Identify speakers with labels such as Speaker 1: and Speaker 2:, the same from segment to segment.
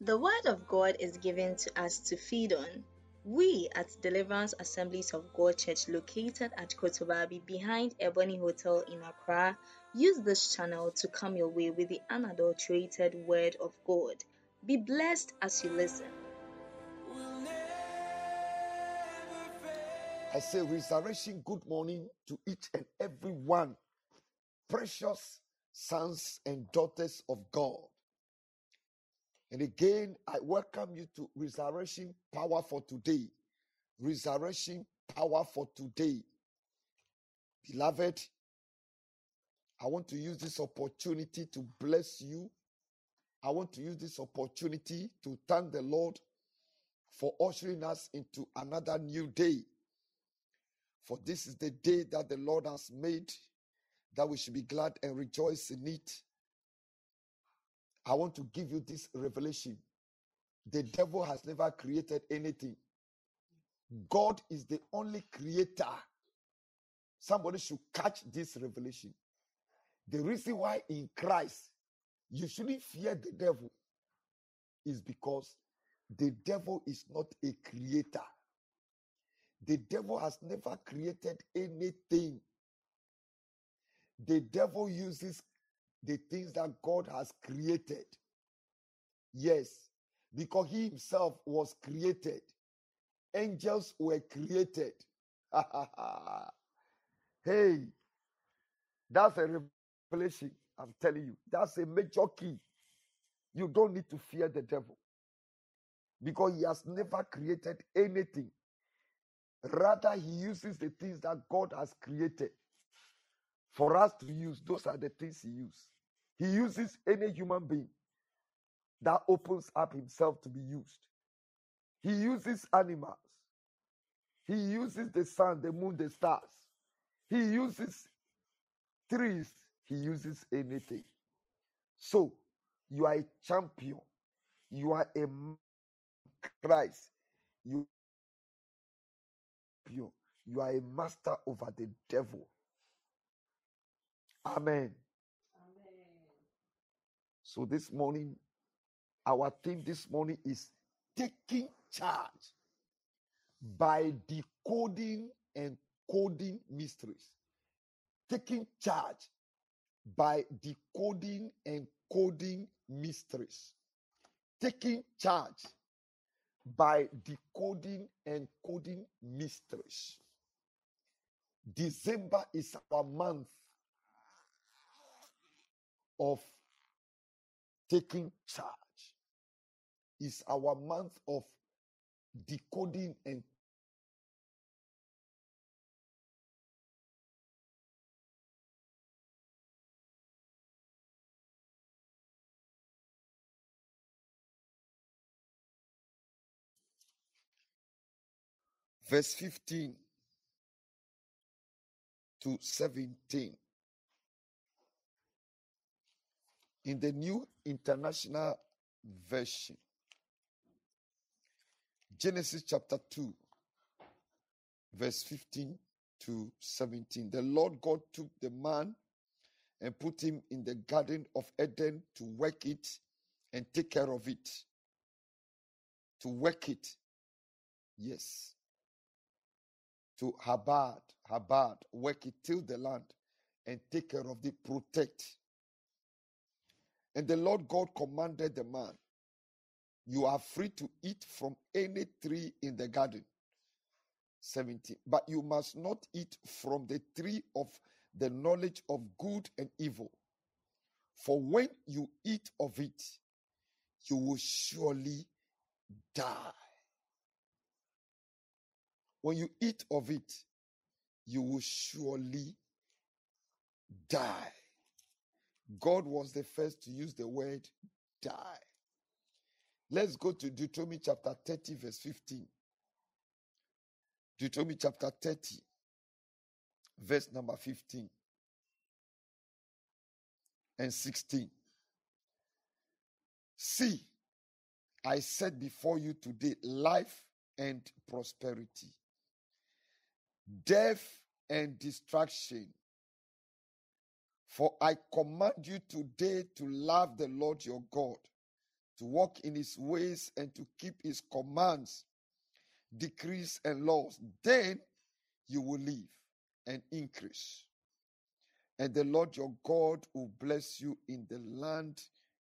Speaker 1: The Word of God is given to us to feed on. We at Deliverance Assemblies of God Church, located at Kotobabi behind Ebony Hotel in Accra, use this channel to come your way with the unadulterated Word of God. Be blessed as you listen.
Speaker 2: I say resurrection good morning to each and every one, precious sons and daughters of God. And again, I welcome you to resurrection power for today. Resurrection power for today. Beloved, I want to use this opportunity to bless you. I want to use this opportunity to thank the Lord for ushering us into another new day. For this is the day that the Lord has made, that we should be glad and rejoice in it. I want to give you this revelation. The devil has never created anything. God is the only creator. Somebody should catch this revelation. The reason why in Christ you shouldn't fear the devil is because the devil is not a creator. The devil has never created anything. The devil uses the things that God has created. Yes, because he himself was created. Angels were created. hey, that's a revelation. I'm telling you, that's a major key. You don't need to fear the devil because he has never created anything. Rather, he uses the things that God has created for us to use. Those are the things he uses. He uses any human being that opens up himself to be used. He uses animals. He uses the sun, the moon, the stars. He uses trees. He uses anything. So, you are a champion. You are a man in Christ. You are a champion. You are a master over the devil. Amen. So, this morning, our theme this morning is taking charge by decoding and coding mysteries. Taking charge by decoding and coding mysteries. Taking charge by decoding and coding mysteries. December is our month of taking charge. Is our month of decoding and verse 15 to 17 in the New International Version. Genesis chapter 2, verse 15 to 17. The Lord God took the man and put him in the garden of Eden to work it and take care of it. To work it, yes. To habad, habad, work it, till the land and take care of it, protect. And the Lord God commanded the man, You are free to eat from any tree in the garden. 17. But you must not eat from the tree of the knowledge of good and evil. For when you eat of it, you will surely die. When you eat of it, you will surely die. God was the first to use the word die. Let's go to Deuteronomy chapter 30, verse 15. Deuteronomy chapter 30, verse number 15 and 16. See, I set before you today life and prosperity, death and destruction. For I command you today to love the Lord your God to walk in his ways and to keep his commands, decrees, and laws. Then you will live and increase. And the Lord your God will bless you in the land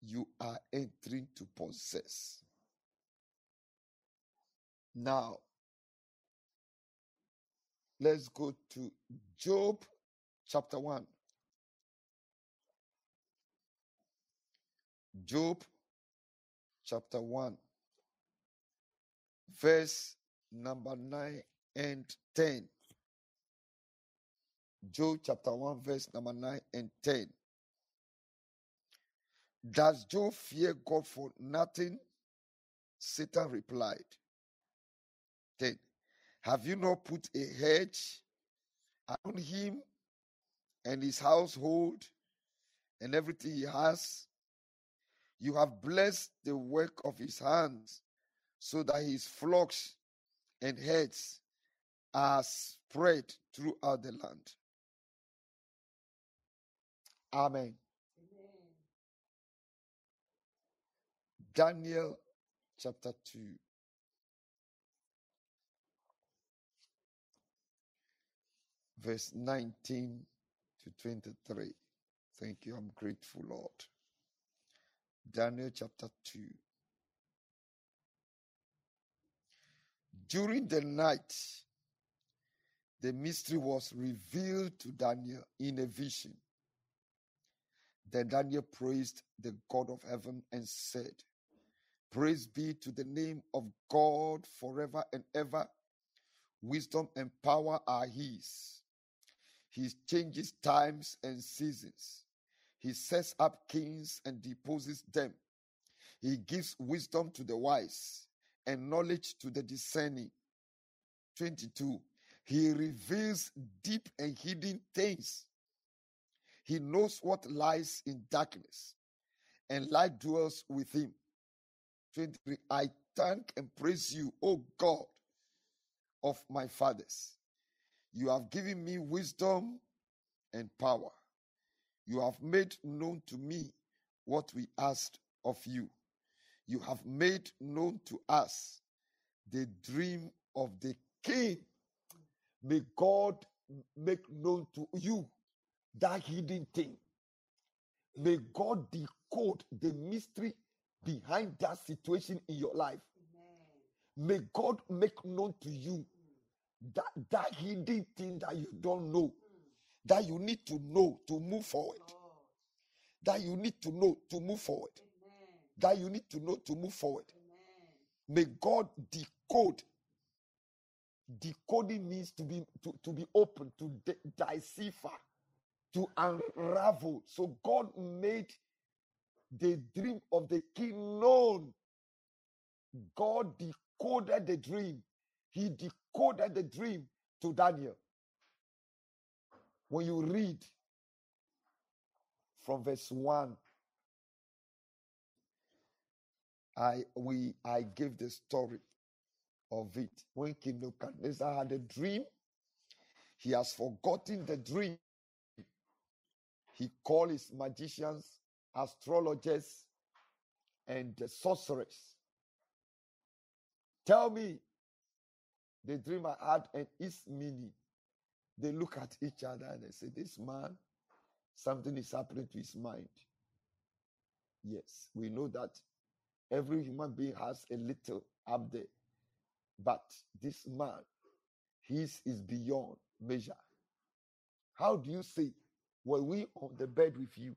Speaker 2: you are entering to possess. Now, let's go to Job chapter 1. Job chapter 1, verse number 9 and 10. Job chapter 1, verse number 9 and 10. Does Job fear God for nothing? Satan replied. 10. Have you not put a hedge around him and his household and everything he has? You have blessed the work of his hands so that his flocks and herds are spread throughout the land. Amen. Daniel chapter 2. verse 19 to 23. Thank you. I'm grateful, Lord. Daniel chapter 2. During the night, the mystery was revealed to Daniel in a vision. Then Daniel praised the God of heaven and said, Praise be to the name of God forever and ever. Wisdom and power are his. He changes times and seasons. He sets up kings and deposes them. He gives wisdom to the wise and knowledge to the discerning. 22. He reveals deep and hidden things. He knows what lies in darkness, and light dwells with him. 23. I thank and praise you, O God of my fathers. You have given me wisdom and power. You have made known to me what we asked of you. You have made known to us the dream of the king. May God make known to you that hidden thing. May God decode the mystery behind that situation in your life. May God make known to you that, that hidden thing that you don't know, that you need to know to move forward, that you need to know to move forward, that you need to know to move forward. May God decode. Decoding means to be to, to be open, to de- decipher, to unravel. So God made the dream of the king known. God decoded the dream. He decoded the dream to Daniel. When you read from verse 1, I we I gave the story of it. When King Nebuchadnezzar had a dream, he has forgotten the dream. He called his magicians, astrologers, and the sorcerers. Tell me the dream I had and its meaning. They look at each other and they say, This man, something is happening to his mind. Yes, we know that every human being has a little up there, but this man, his is beyond measure. How do you say, Were we on the bed with you?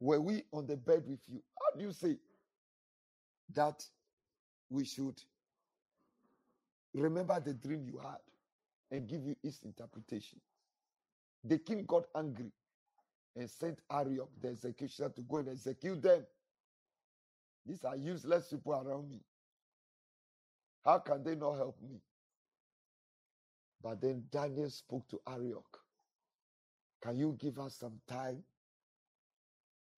Speaker 2: Were we on the bed with you? How do you say that we should remember the dream you had and give you its interpretation? The king got angry and sent Arioch, the executioner, to go and execute them. These are useless people around me. How can they not help me? But then Daniel spoke to Arioch. Can you give us some time?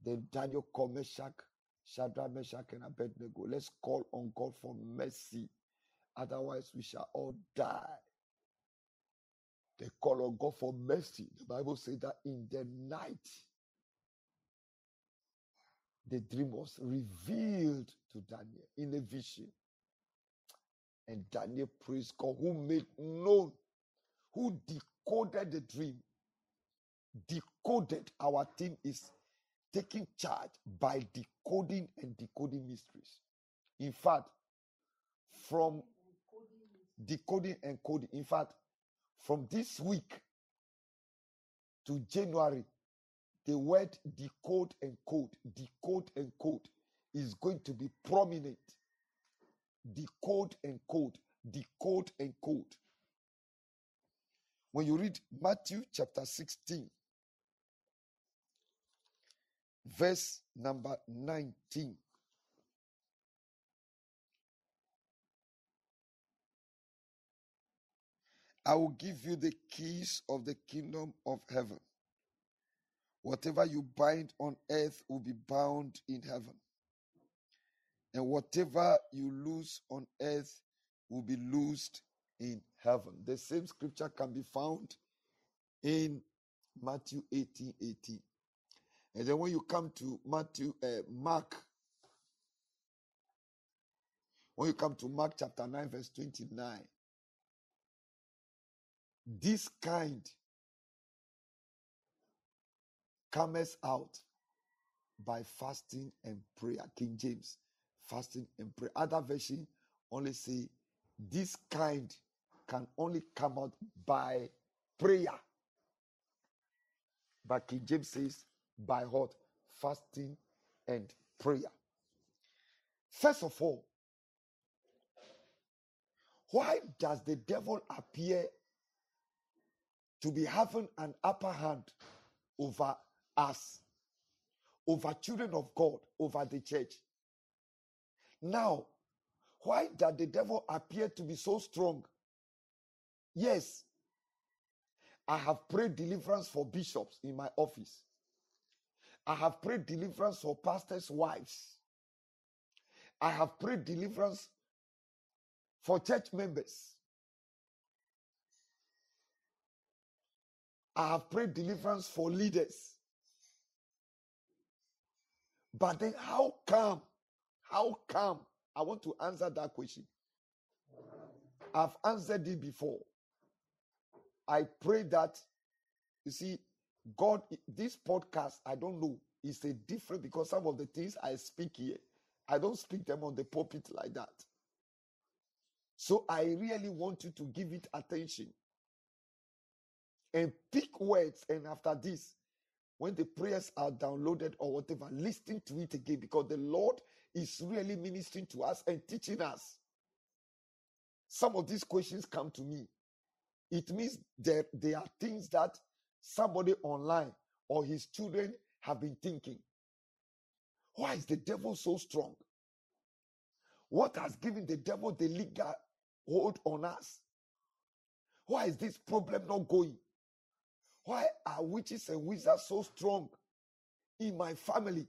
Speaker 2: Then Daniel called Meshach, Shadrach, Meshach, and Abednego. Let's call on God for mercy. Otherwise, we shall all die. They call on God for mercy. The Bible says that in the night, The dream was revealed to Daniel in a vision. And Daniel praised God, who made known, who decoded the dream. Decoded, our team is taking charge by decoding and decoding mysteries. In fact, from decoding and coding, in fact, from this week to January, the word decode and code, decode and code is going to be prominent. Decode and code, decode and code. When you read Matthew chapter 16, verse number 19, I will give you the keys of the kingdom of heaven. Whatever you bind on earth will be bound in heaven, and whatever you loose on earth will be loosed in heaven. The same scripture can be found in Matthew 18 18. And then when you come to Matthew, uh, Mark, when you come to Mark chapter 9, verse 29, this kind comes out by fasting and prayer. King James, fasting and prayer. Other version only say this kind can only come out by prayer. But King James says by what? Fasting and prayer. First of all, why does the devil appear to be having an upper hand over us, over children of God, over the church? Now, why does the devil appear to be so strong? Yes, I have prayed deliverance for bishops in my office. I have prayed deliverance for pastors' wives. I have prayed deliverance for church members. I have prayed deliverance for leaders. But then, how come? How come? I want to answer that question. I've answered it before. I pray that, you see, God, this podcast, I don't know, is a different because some of the things I speak here, I don't speak them on the pulpit like that. So I really want you to give it attention and pick words. And after this, when the prayers are downloaded or whatever, listen to it again because the Lord is really ministering to us and teaching us. Some of these questions come to me. It means there, there are things that somebody online or his children have been thinking. Why is the devil so strong? What has given the devil the legal hold on us? Why is this problem not going? Why are witches and wizards so strong in my family?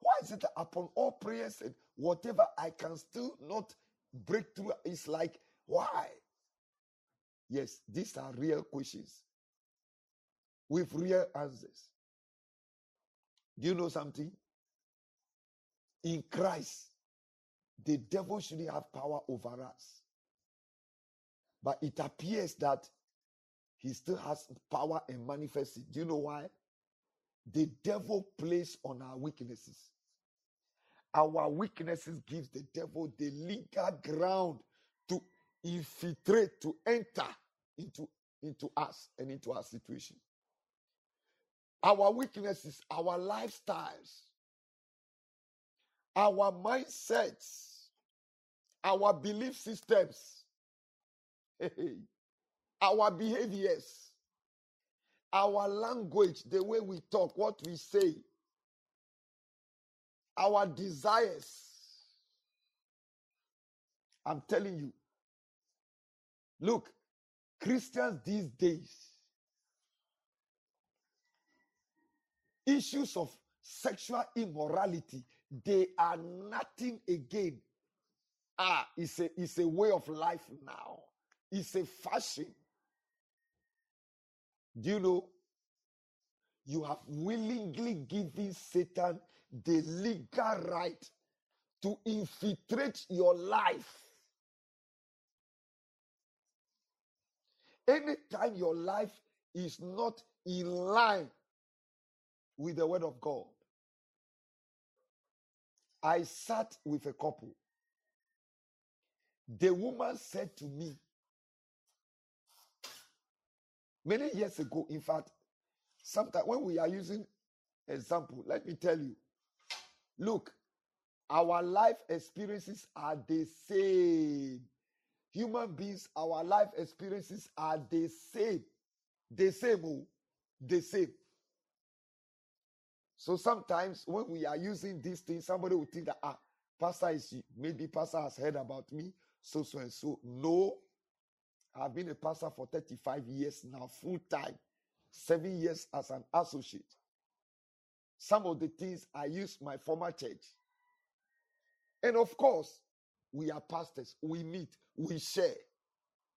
Speaker 2: Why is it that upon all prayers and whatever I can still not break through? It's like, why? Yes, these are real questions with real answers. Do you know something? In Christ, the devil shouldn't have power over us. But it appears that he still has power and manifests it. Do you know why? The devil plays on our weaknesses. Our weaknesses gives the devil the legal ground to infiltrate, to enter into, into us and into our situation. Our weaknesses, our lifestyles, our mindsets, our belief systems, our behaviors, our language, the way we talk, what we say, our desires. I'm telling you, look, Christians these days, issues of sexual immorality, they are nothing again. Ah, it's a, it's a way of life now. It's a fashion. Do you know? You have willingly given Satan the legal right to infiltrate your life. Anytime your life is not in line with the word of God, I sat with a couple. The woman said to me many years ago, in fact, sometimes when we are using example, let me tell you look, our life experiences are the same. Human beings, our life experiences are the same. The same, oh, the same. So sometimes when we are using these things, somebody will think that ah, pastor is maybe pastor has heard about me, so so and so. No, I've been a pastor for 35 years now, full time, seven years as an associate. Some of the things I used my former church, and of course, we are pastors. We meet, we share,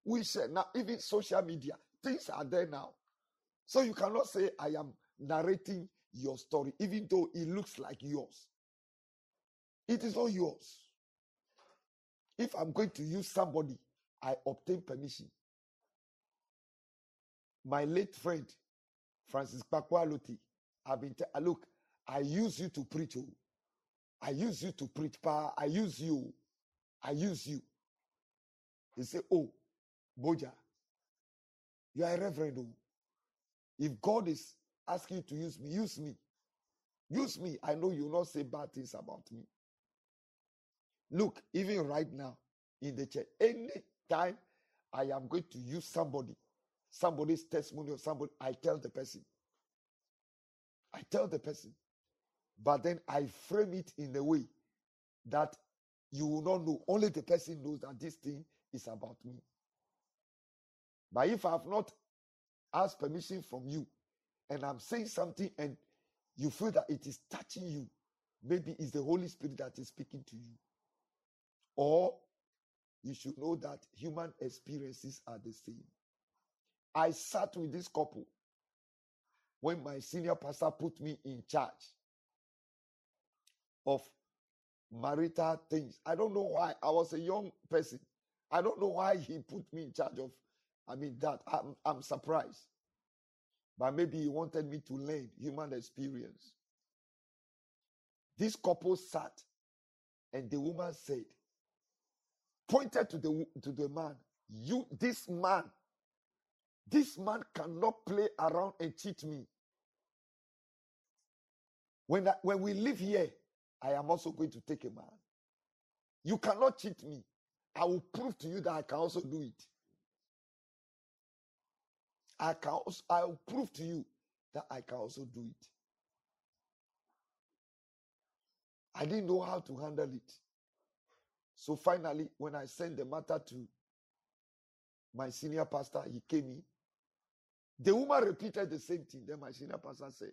Speaker 2: we share. Now even social media, things are there now. So you cannot say I am narrating your story, even though it looks like yours. It is not yours. If I'm going to use somebody, I obtain permission. My late friend Francis Bakwaluti, I've been tell- "Ah, look. I use you to preach. oh. I use you to preach power. I use you. oh. I use you. He say, "Oh, Boja, you are a reverend. oh. If God is asking you to use me, use me. Use me. I know you will not say bad things about me. Look, even right now in the church, anytime I am going to use somebody, somebody's testimony or somebody, I tell the person. I tell the person. But then I frame it in a way that you will not know. Only the person knows that this thing is about me. But if I have not asked permission from you and I'm saying something and you feel that it is touching you, maybe it's the Holy Spirit that is speaking to you. Or you should know that human experiences are the same. I sat with this couple when my senior pastor put me in charge of marital things. I don't know why. I was a young person. I don't know why he put me in charge of, I mean, that. I'm, I'm surprised. But maybe he wanted me to learn human experience. This couple sat, and the woman said, pointed to the, wo- to the man, you, this man, this man cannot play around and cheat me. When, I, when we live here, I am also going to take a man. You cannot cheat me. I will prove to you that I can also do it. I can also, I will prove to you that I can also do it. I didn't know how to handle it. So finally, when I sent the matter to my senior pastor, he came in. The woman repeated the same thing. Then my senior pastor said,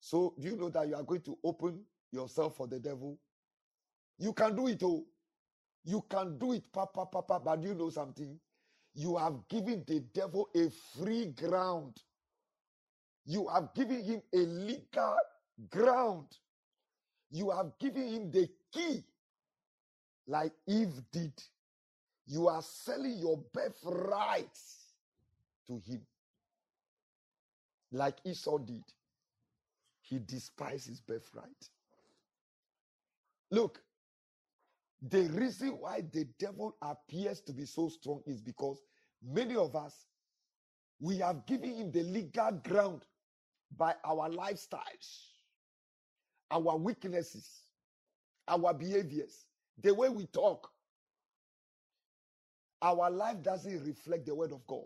Speaker 2: So do you know that you are going to open yourself for the devil? You can do it, oh. You can do it, papa, papa. But do you know something? You have given the devil a free ground. You have given him a legal ground. You have given him the key, like Eve did. You are selling your birthright to him, like Esau did. He despised his birthright. Look, the reason why the devil appears to be so strong is because many of us, we have given him the legal ground by our lifestyles, our weaknesses, our behaviors, the way we talk. Our life doesn't reflect the word of God.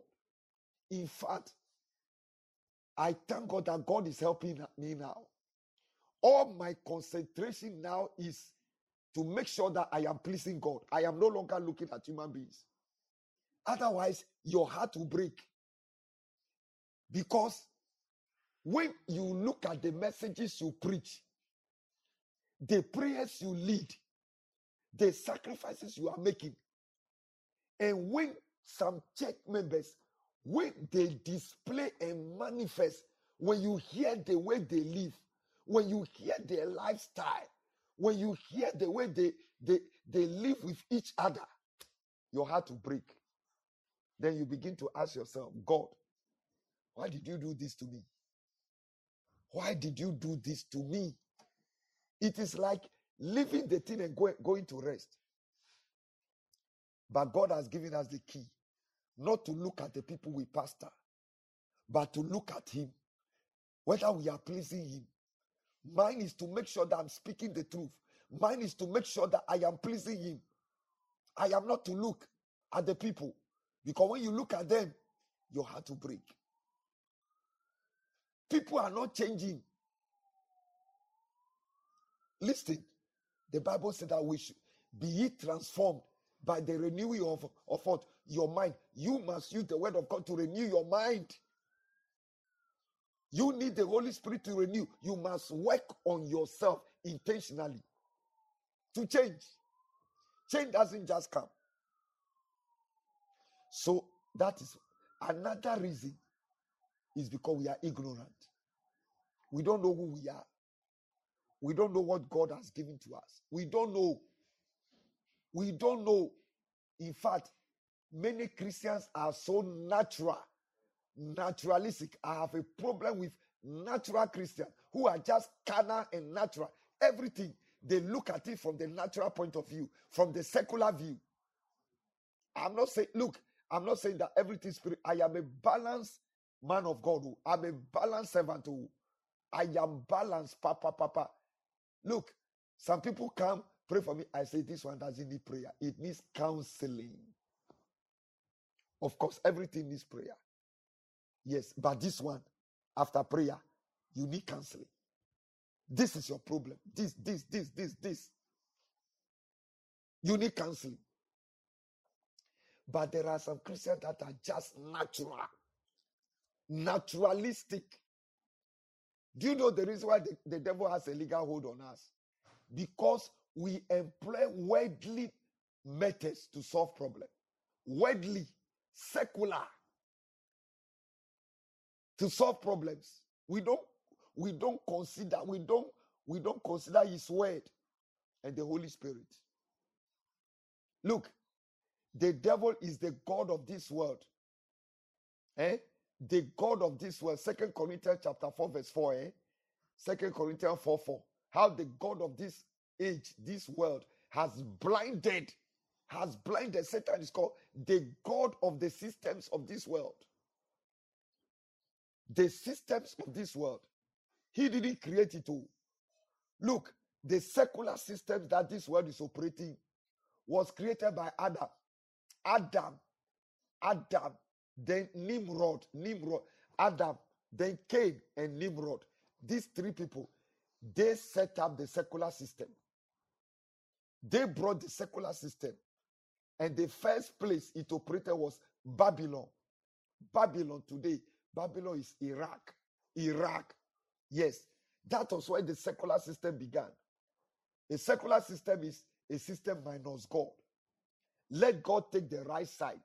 Speaker 2: In fact, I thank God that God is helping me now. All my concentration now is to make sure that I am pleasing God. I am no longer looking at human beings. Otherwise, your heart will break because when you look at the messages you preach, the prayers you lead, the sacrifices you are making, and when some church members, when they display and manifest, when you hear the way they live, when you hear their lifestyle, when you hear the way they, they, they live with each other, your heart will break. Then you begin to ask yourself, God, why did you do this to me? Why did you do this to me? It is like leaving the thing and go, going to rest. But God has given us the key not to look at the people we pastor, but to look at Him, whether we are pleasing Him. Mine is to make sure that I'm speaking the truth. Mine is to make sure that I am pleasing Him. I am not to look at the people because when you look at them, your heart will break. People are not changing. Listen, the Bible said that we should be ye transformed by the renewing of, of what? Your mind. You must use the word of God to renew your mind. You need the Holy Spirit to renew. You must work on yourself intentionally to change. Change doesn't just come. So that is another reason is because we are ignorant. We don't know who we are. We don't know what God has given to us. We don't know. We don't know. In fact, many Christians are so natural, naturalistic. I have a problem with natural Christians who are just carnal and natural. Everything they look at it from the natural point of view, from the secular view. I'm not saying, look, I'm not saying that everything spirit. I am a balanced man of God. oh. I'm a balanced servant. oh. I am balanced, papa, papa. Look, some people come pray for me. I say this one doesn't need prayer. It needs counseling. Of course, everything needs prayer. Yes, but this one, after prayer, you need counseling. This is your problem. This, this, this, this, this. You need counseling. But there are some Christians that are just natural, naturalistic. Do you know the reason why the, the devil has a legal hold on us? Because we employ worldly methods to solve problems. Worldly, secular to solve problems. We don't we don't consider we don't we don't consider his word and the Holy Spirit. Look, the devil is the God of this world. Eh? The God of this world. Second Corinthians chapter 4, verse 4. Eh? Second Corinthians 4 4. How the God of this age, this world, has blinded, has blinded. Satan is called the God of the systems of this world. The systems of this world. He didn't create it all. Look, the secular systems that this world is operating was created by Adam. Adam, Adam, then Nimrod, Nimrod, Adam, then Cain and Nimrod. These three people, they set up the secular system. They brought the secular system. And the first place it operated was Babylon. Babylon today. Babylon is Iraq. Iraq. Yes. That was where the secular system began. A secular system is a system minus God. Let God take the right side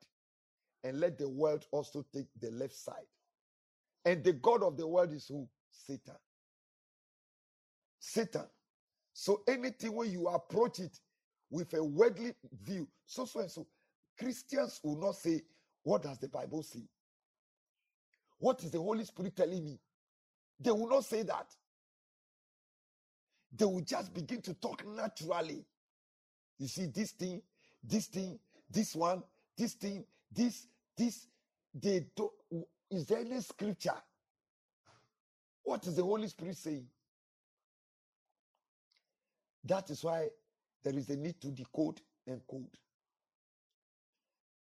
Speaker 2: and let the world also take the left side. And the God of the world is who? Satan. Satan. So anything when you approach it with a worldly view, so so and so, Christians will not say, What does the Bible say? What is the Holy Spirit telling me? They will not say that. They will just begin to talk naturally. You see, this thing, this thing, this one, this thing, this, this, they don't. Is there any scripture? What is the Holy Spirit saying? That is why there is a need to decode and code.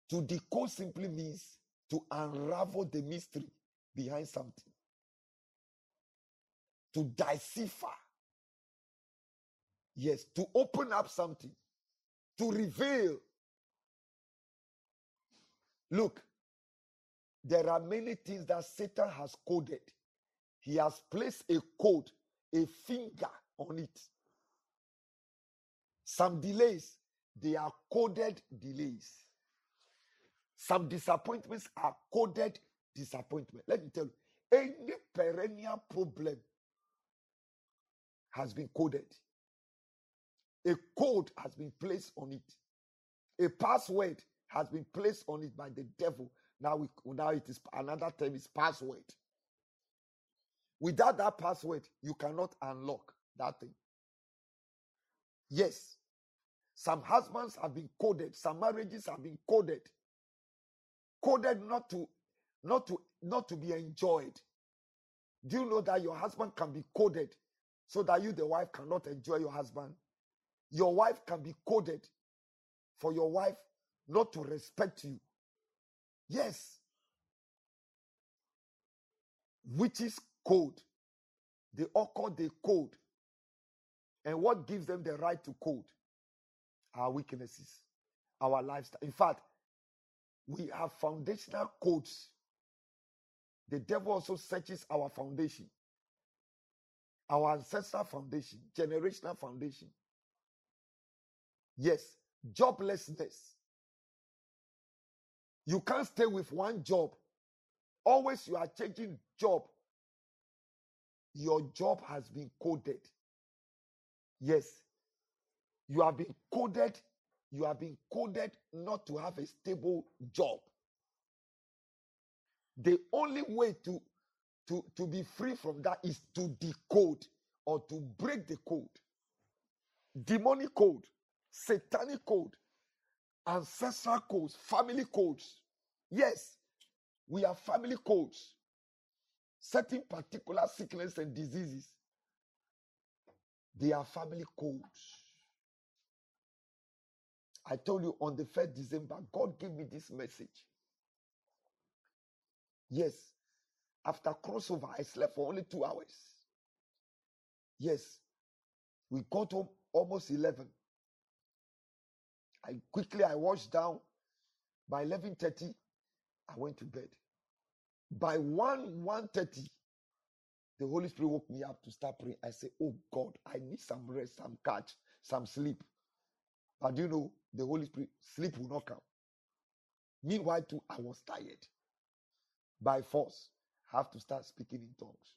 Speaker 2: To decode simply means to unravel the mystery behind something, to decipher, yes, to open up something, to reveal. Look, there are many things that Satan has coded. He has placed a code, a finger on it. Some delays, they are coded delays. Some disappointments are coded disappointment. Let me tell you, any perennial problem has been coded. A code has been placed on it. A password has been placed on it by the devil. Now, we, now it is another term is password. Without that password, you cannot unlock that thing. Yes, some husbands have been coded. Some marriages have been coded, coded not to, not to, not to be enjoyed. Do you know that your husband can be coded so that you, the wife, cannot enjoy your husband? Your wife can be coded for your wife not to respect you. Yes, witches code. They all call they code. And what gives them the right to code? Our weaknesses, our lifestyle. In fact, we have foundational codes. The devil also searches our foundation, our ancestral foundation, generational foundation. Yes, joblessness. You can't stay with one job. Always you are changing job. Your job has been coded. Yes, you have been coded. You have been coded not to have a stable job. The only way to, to, to be free from that is to decode or to break the code. Demonic code, satanic code, ancestral codes, family codes. Yes, we have family codes, certain particular sickness and diseases. They are family codes. I told you on the 1st December, God gave me this message. Yes, after crossover, I slept for only two hours. Yes, we got home almost 11. I quickly, I washed down. By 11.30, I went to bed. By 1, 1.30, the Holy Spirit woke me up to start praying. I said, oh God, I need some rest, some catch, some sleep. But do you know, the Holy Spirit, sleep will not come. Meanwhile, too, I was tired. By force, I have to start speaking in tongues.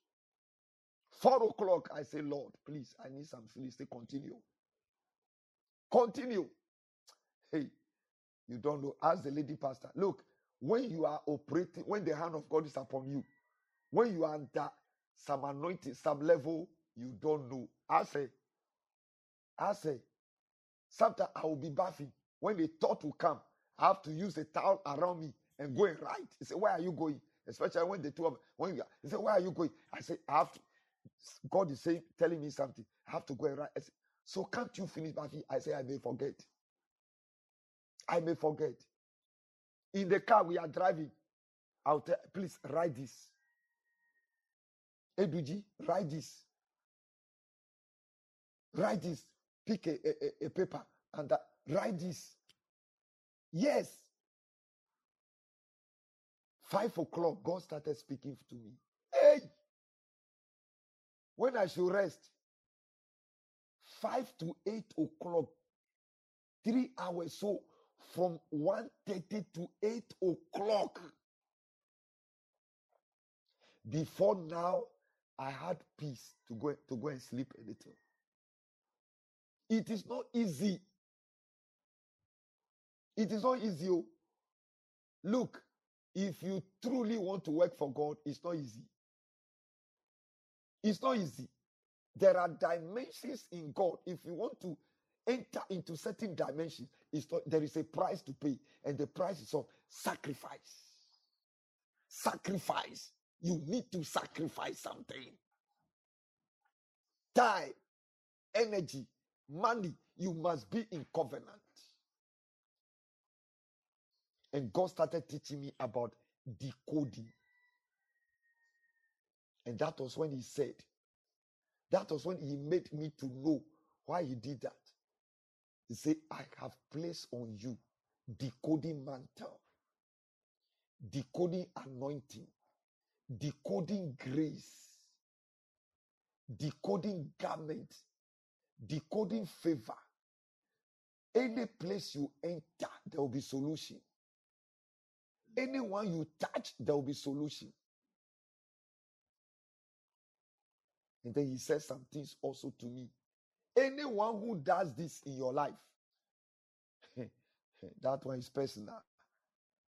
Speaker 2: Four o'clock, I say, Lord, please, I need some sleep. Say, continue. Continue. Hey, you don't know. Ask the lady pastor. Look, when you are operating, when the hand of God is upon you, when you are under some anointing, some level, you don't know. I say, I say, sometimes I will be baffled. When the thought will come, I have to use a towel around me and go and write. He said, Where are you going? Especially when the two of when you are, he said, Where are you going? I said, I have to God is saying, telling me something. I have to go and write. I said, so can't you finish, Bafi? I say, I may forget. I may forget. In the car we are driving, I'll tell, please write this. Eduji, write this. Write this. Pick a, a, a- a paper and that, write this. Yes. Five o'clock, God started speaking to me. Hey, when I should rest, five to eight o'clock, three hours. So from 1.30 to 8 o'clock. Before now, I had peace to go to go and sleep a little. It is not easy. It is not easy. oh. Look, if you truly want to work for God, it's not easy. It's not easy. There are dimensions in God. If you want to enter into certain dimensions, it's not, there is a price to pay, and the price is of sacrifice. Sacrifice. You need to sacrifice something. Time, energy, money. You must be in covenant. And God started teaching me about decoding. And that was when He said, that was when He made me to know why He did that. He said, I have placed on you decoding mantle, decoding anointing, decoding grace, decoding garment, decoding favor. Any place you enter, there will be solution. Anyone you touch, there will be solution. And then he said some things also to me. Anyone who does this in your life, that one is personal.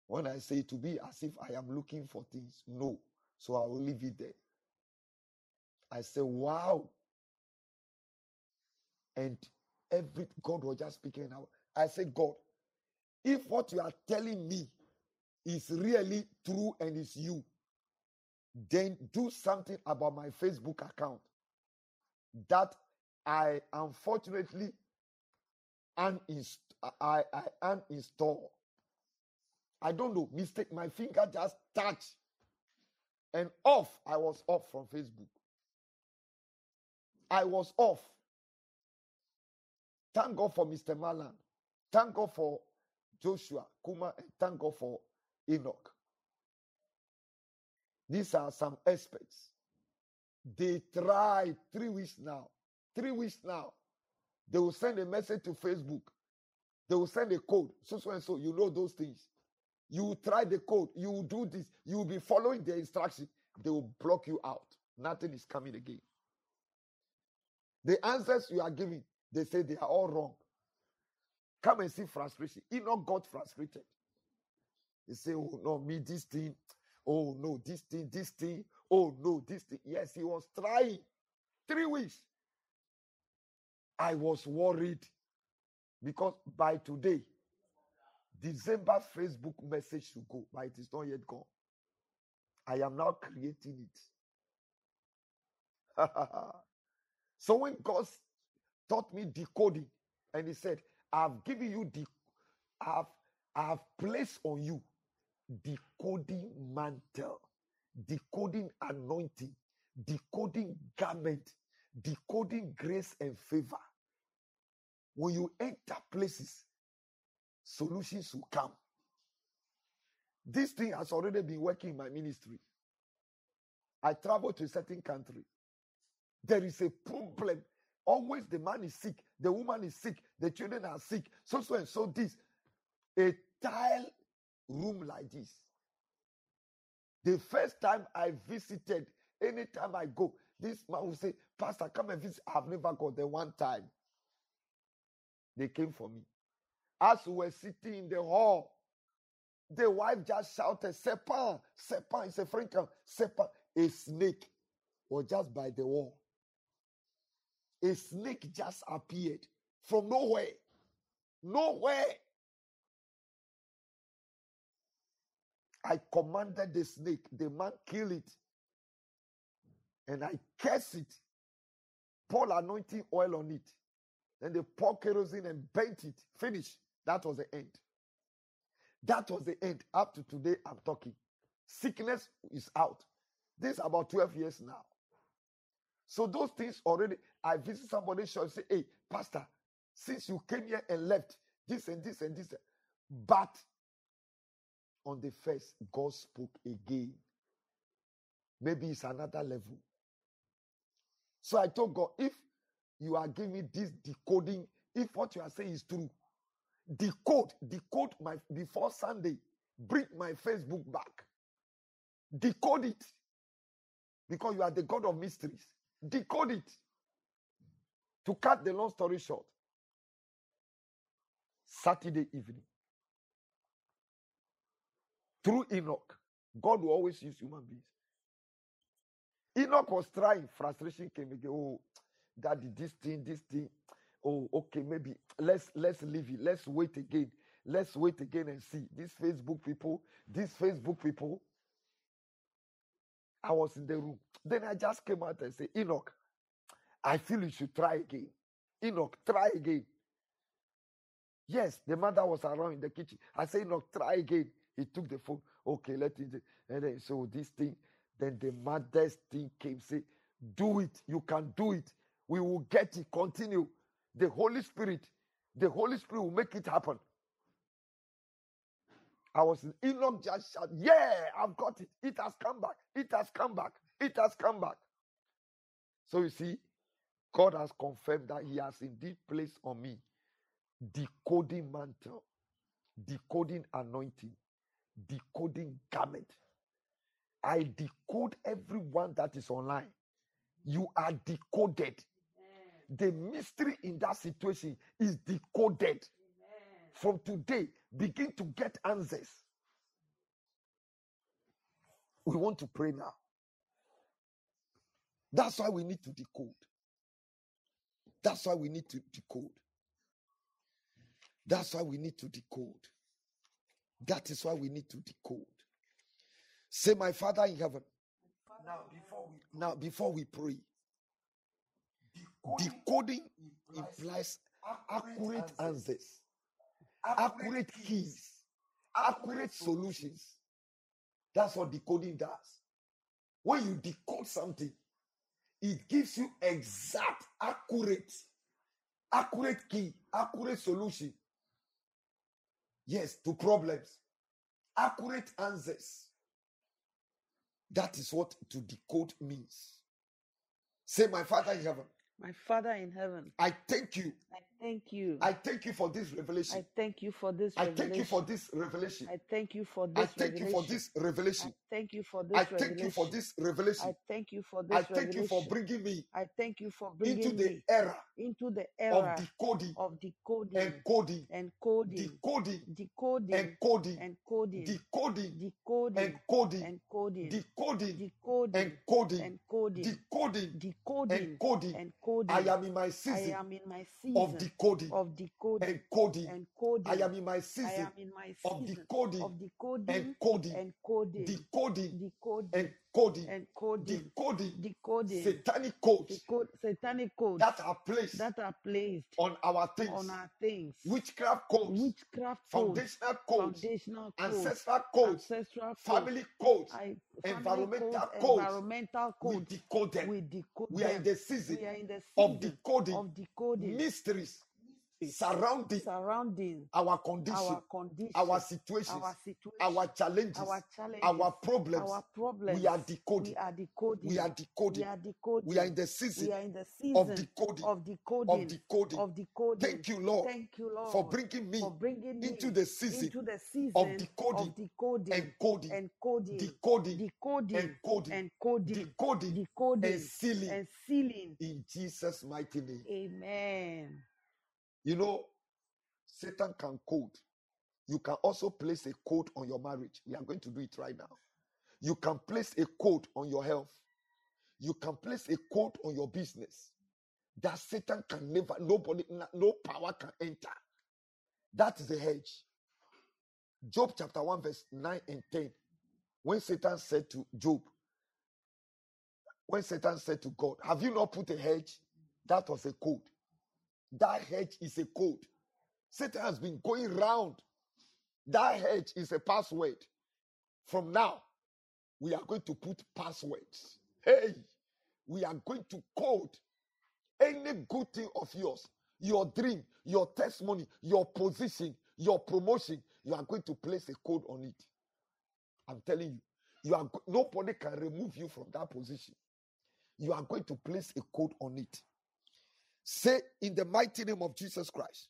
Speaker 2: When I say to be as if I am looking for things, no. So I will leave it there. I say, wow. And every God was just speaking out. I said, God, if what you are telling me is really true and is you, then do something about my Facebook account that I unfortunately uninst- I, I I uninstall. I don't know, mistake. My finger just touched and off. I was off from Facebook. I was off. Thank God for Mr. Malan. Thank God for Joshua Kuma and thank God for Enoch. These are some experts. They tried three weeks now. Three weeks now. They will send a message to Facebook. They will send a code. So so and so. You know those things. You will try the code. You will do this. You will be following the instruction. They will block you out. Nothing is coming again. The answers you are giving, they say they are all wrong. Come and see frustration. Enoch got frustrated. He say, "Oh no, me this thing. Oh no, this thing, this thing. Oh no, this thing." Yes, he was trying. Three weeks. I was worried because by today, December Facebook message should go, but it is not yet gone. I am now creating it. so when God taught me decoding, and He said, "I've given you the, I've, I've placed on you decoding mantle, decoding anointing, decoding garment, decoding grace and favor." When you enter places, solutions will come. This thing has already been working in my ministry. I travel to a certain country. There is a problem. Always the man is sick, the woman is sick, the children are sick. So so and so this. A tile room like this. The first time I visited, anytime I go, this man will say, Pastor, come and visit. I've never gone there one time. They came for me. As we were sitting in the hall, the wife just shouted, Serpent, serpent, it's a French term, serpent, a snake was just by the wall. A snake just appeared from nowhere. Nowhere. I commanded the snake, the man kill it, and I curse it, pour anointing oil on it. Then they pour kerosene and burnt it. Finish. That was the end. That was the end. Up to today, I'm talking. Sickness is out. This is about 12 years now. So those things already, I visit somebody's shop and say, hey, pastor, since you came here and left, this and this and this. But on the first, God spoke again. Maybe it's another level. So I told God, if you are giving me this decoding, if what you are saying is true, decode, decode my before Sunday, bring my Facebook back, decode it, because you are the God of mysteries. Decode it. To cut the long story short, Saturday evening, through Enoch, God will always use human beings. Enoch was trying, frustration came again. Oh, daddy, this thing, this thing. Oh, okay, maybe let's let's leave it. Let's wait again. Let's wait again and see. These Facebook people, these Facebook people. I was in the room. Then I just came out and said, Enoch, I feel you should try again. Enoch, try again. Yes, the mother was around in the kitchen. I said, Enoch, try again. He took the phone. Okay, let it. And then so this thing. Then the mother's thing came, say, Do it. You can do it. We will get it. Continue. The Holy Spirit, the Holy Spirit will make it happen. I was Enoch just shout, Yeah, I've got it. It has come back. It has come back. It has come back. So you see, God has confirmed that He has indeed placed on me decoding mantle, decoding anointing, decoding garment. I decode everyone that is online. You are decoded. The mystery in that situation is decoded. From today, begin to get answers. We want to pray now. That's why we need to decode. That's why we need to decode. That's why we need to decode. That is why we need to decode. Say, my Father in heaven, now before we pray, now, before we pray decoding, decoding implies, implies accurate, accurate answers, accurate, accurate keys, keys, accurate, solutions. That's what decoding does. When you decode something, it gives you exact, accurate, accurate key, accurate solution. Yes, to problems, accurate answers. That is what to decode means. Say, my Father in heaven,
Speaker 3: My Father in heaven,
Speaker 2: I thank you.
Speaker 3: I thank you.
Speaker 2: I thank you for this
Speaker 3: I
Speaker 2: revelation.
Speaker 3: thank you for this
Speaker 2: I thank you for
Speaker 3: revelation.
Speaker 2: this revelation.
Speaker 3: I thank you for
Speaker 2: I
Speaker 3: this
Speaker 2: thank you for
Speaker 3: revelation.
Speaker 2: this
Speaker 3: I
Speaker 2: revelation.
Speaker 3: thank you for
Speaker 2: I
Speaker 3: this
Speaker 2: thank you for
Speaker 3: revelation.
Speaker 2: this
Speaker 3: I
Speaker 2: revelation.
Speaker 3: thank you for
Speaker 2: I
Speaker 3: this
Speaker 2: thank you for
Speaker 3: revelation.
Speaker 2: bringing me
Speaker 3: I thank you for
Speaker 2: into
Speaker 3: bringing
Speaker 2: the
Speaker 3: me
Speaker 2: era
Speaker 3: into the
Speaker 2: of
Speaker 3: era
Speaker 2: decoding
Speaker 3: of
Speaker 2: and
Speaker 3: decoding
Speaker 2: coding,
Speaker 3: and coding,
Speaker 2: decoding and
Speaker 3: decoding
Speaker 2: coding,
Speaker 3: and coding,
Speaker 2: decoding and
Speaker 3: decoding
Speaker 2: coding,
Speaker 3: and coding,
Speaker 2: decoding and
Speaker 3: decoding
Speaker 2: coding,
Speaker 3: and coding,
Speaker 2: decoding and
Speaker 3: decoding
Speaker 2: coding.
Speaker 3: and
Speaker 2: I
Speaker 3: coding.
Speaker 2: am in my
Speaker 3: I
Speaker 2: season
Speaker 3: am in my
Speaker 2: of
Speaker 3: season
Speaker 2: decoding
Speaker 3: of
Speaker 2: and
Speaker 3: decoding
Speaker 2: coding.
Speaker 3: and
Speaker 2: I
Speaker 3: coding.
Speaker 2: am in my
Speaker 3: I
Speaker 2: season
Speaker 3: am in my
Speaker 2: of
Speaker 3: season
Speaker 2: decoding
Speaker 3: of
Speaker 2: and
Speaker 3: decoding
Speaker 2: coding,
Speaker 3: and coding,
Speaker 2: decoding and
Speaker 3: decoding
Speaker 2: coding,
Speaker 3: and coding,
Speaker 2: decoding
Speaker 3: decoding
Speaker 2: satanic codes
Speaker 3: the code, satanic codes
Speaker 2: that are placed
Speaker 3: that are placed
Speaker 2: on our
Speaker 3: on
Speaker 2: things,
Speaker 3: our things,
Speaker 2: witchcraft codes,
Speaker 3: witchcraft codes,
Speaker 2: foundational codes,
Speaker 3: foundational codes,
Speaker 2: ancestral codes,
Speaker 3: ancestral codes,
Speaker 2: family codes,
Speaker 3: I, family codes,
Speaker 2: environmental codes.
Speaker 3: environmental
Speaker 2: We
Speaker 3: codes.
Speaker 2: decode them.
Speaker 3: We decode
Speaker 2: We are in
Speaker 3: them.
Speaker 2: the season
Speaker 3: We are in the
Speaker 2: of
Speaker 3: season
Speaker 2: decoding
Speaker 3: of decoding
Speaker 2: mysteries
Speaker 3: is
Speaker 2: surrounding
Speaker 3: surrounding
Speaker 2: our condition,
Speaker 3: our
Speaker 2: our
Speaker 3: condition,
Speaker 2: situations,
Speaker 3: our
Speaker 2: our
Speaker 3: situation,
Speaker 2: challenges,
Speaker 3: our challenges,
Speaker 2: our problems.
Speaker 3: our
Speaker 2: We
Speaker 3: problems.
Speaker 2: are
Speaker 3: We
Speaker 2: decoding.
Speaker 3: are
Speaker 2: We
Speaker 3: decoding.
Speaker 2: are
Speaker 3: We
Speaker 2: decoding. We
Speaker 3: are
Speaker 2: are
Speaker 3: decoding.
Speaker 2: in the
Speaker 3: We
Speaker 2: season
Speaker 3: are in the
Speaker 2: of
Speaker 3: season
Speaker 2: decoding,
Speaker 3: of
Speaker 2: of
Speaker 3: decoding,
Speaker 2: decoding.
Speaker 3: of decoding.
Speaker 2: Thank you, Lord,
Speaker 3: Thank you,
Speaker 2: for
Speaker 3: Lord,
Speaker 2: bringing me
Speaker 3: for bringing
Speaker 2: into
Speaker 3: me
Speaker 2: the season
Speaker 3: into the
Speaker 2: of
Speaker 3: season
Speaker 2: decoding
Speaker 3: of
Speaker 2: and
Speaker 3: decoding
Speaker 2: coding,
Speaker 3: and coding,
Speaker 2: decoding and
Speaker 3: decoding
Speaker 2: coding,
Speaker 3: and coding,
Speaker 2: decoding and
Speaker 3: decoding
Speaker 2: sealing
Speaker 3: and sealing.
Speaker 2: in Jesus' mighty name.
Speaker 3: Amen.
Speaker 2: You know, Satan can code. You can also place a code on your marriage. We are going to do it right now. You can place a code on your health. You can place a code on your business that Satan can never, nobody, no power can enter. That is the hedge. Job chapter 1, verse 9 and 10. When Satan said to Job, when Satan said to God, Have you not put a hedge? That was a code. That hedge is a code. Satan has been going round. That hedge is a password. From now, we are going to put passwords. Hey, we are going to code any good thing of yours, your dream, your testimony, your position, your promotion. You are going to place a code on it. I'm telling you, you are go- nobody can remove you from that position. You are going to place a code on it. Say in the mighty name of Jesus Christ,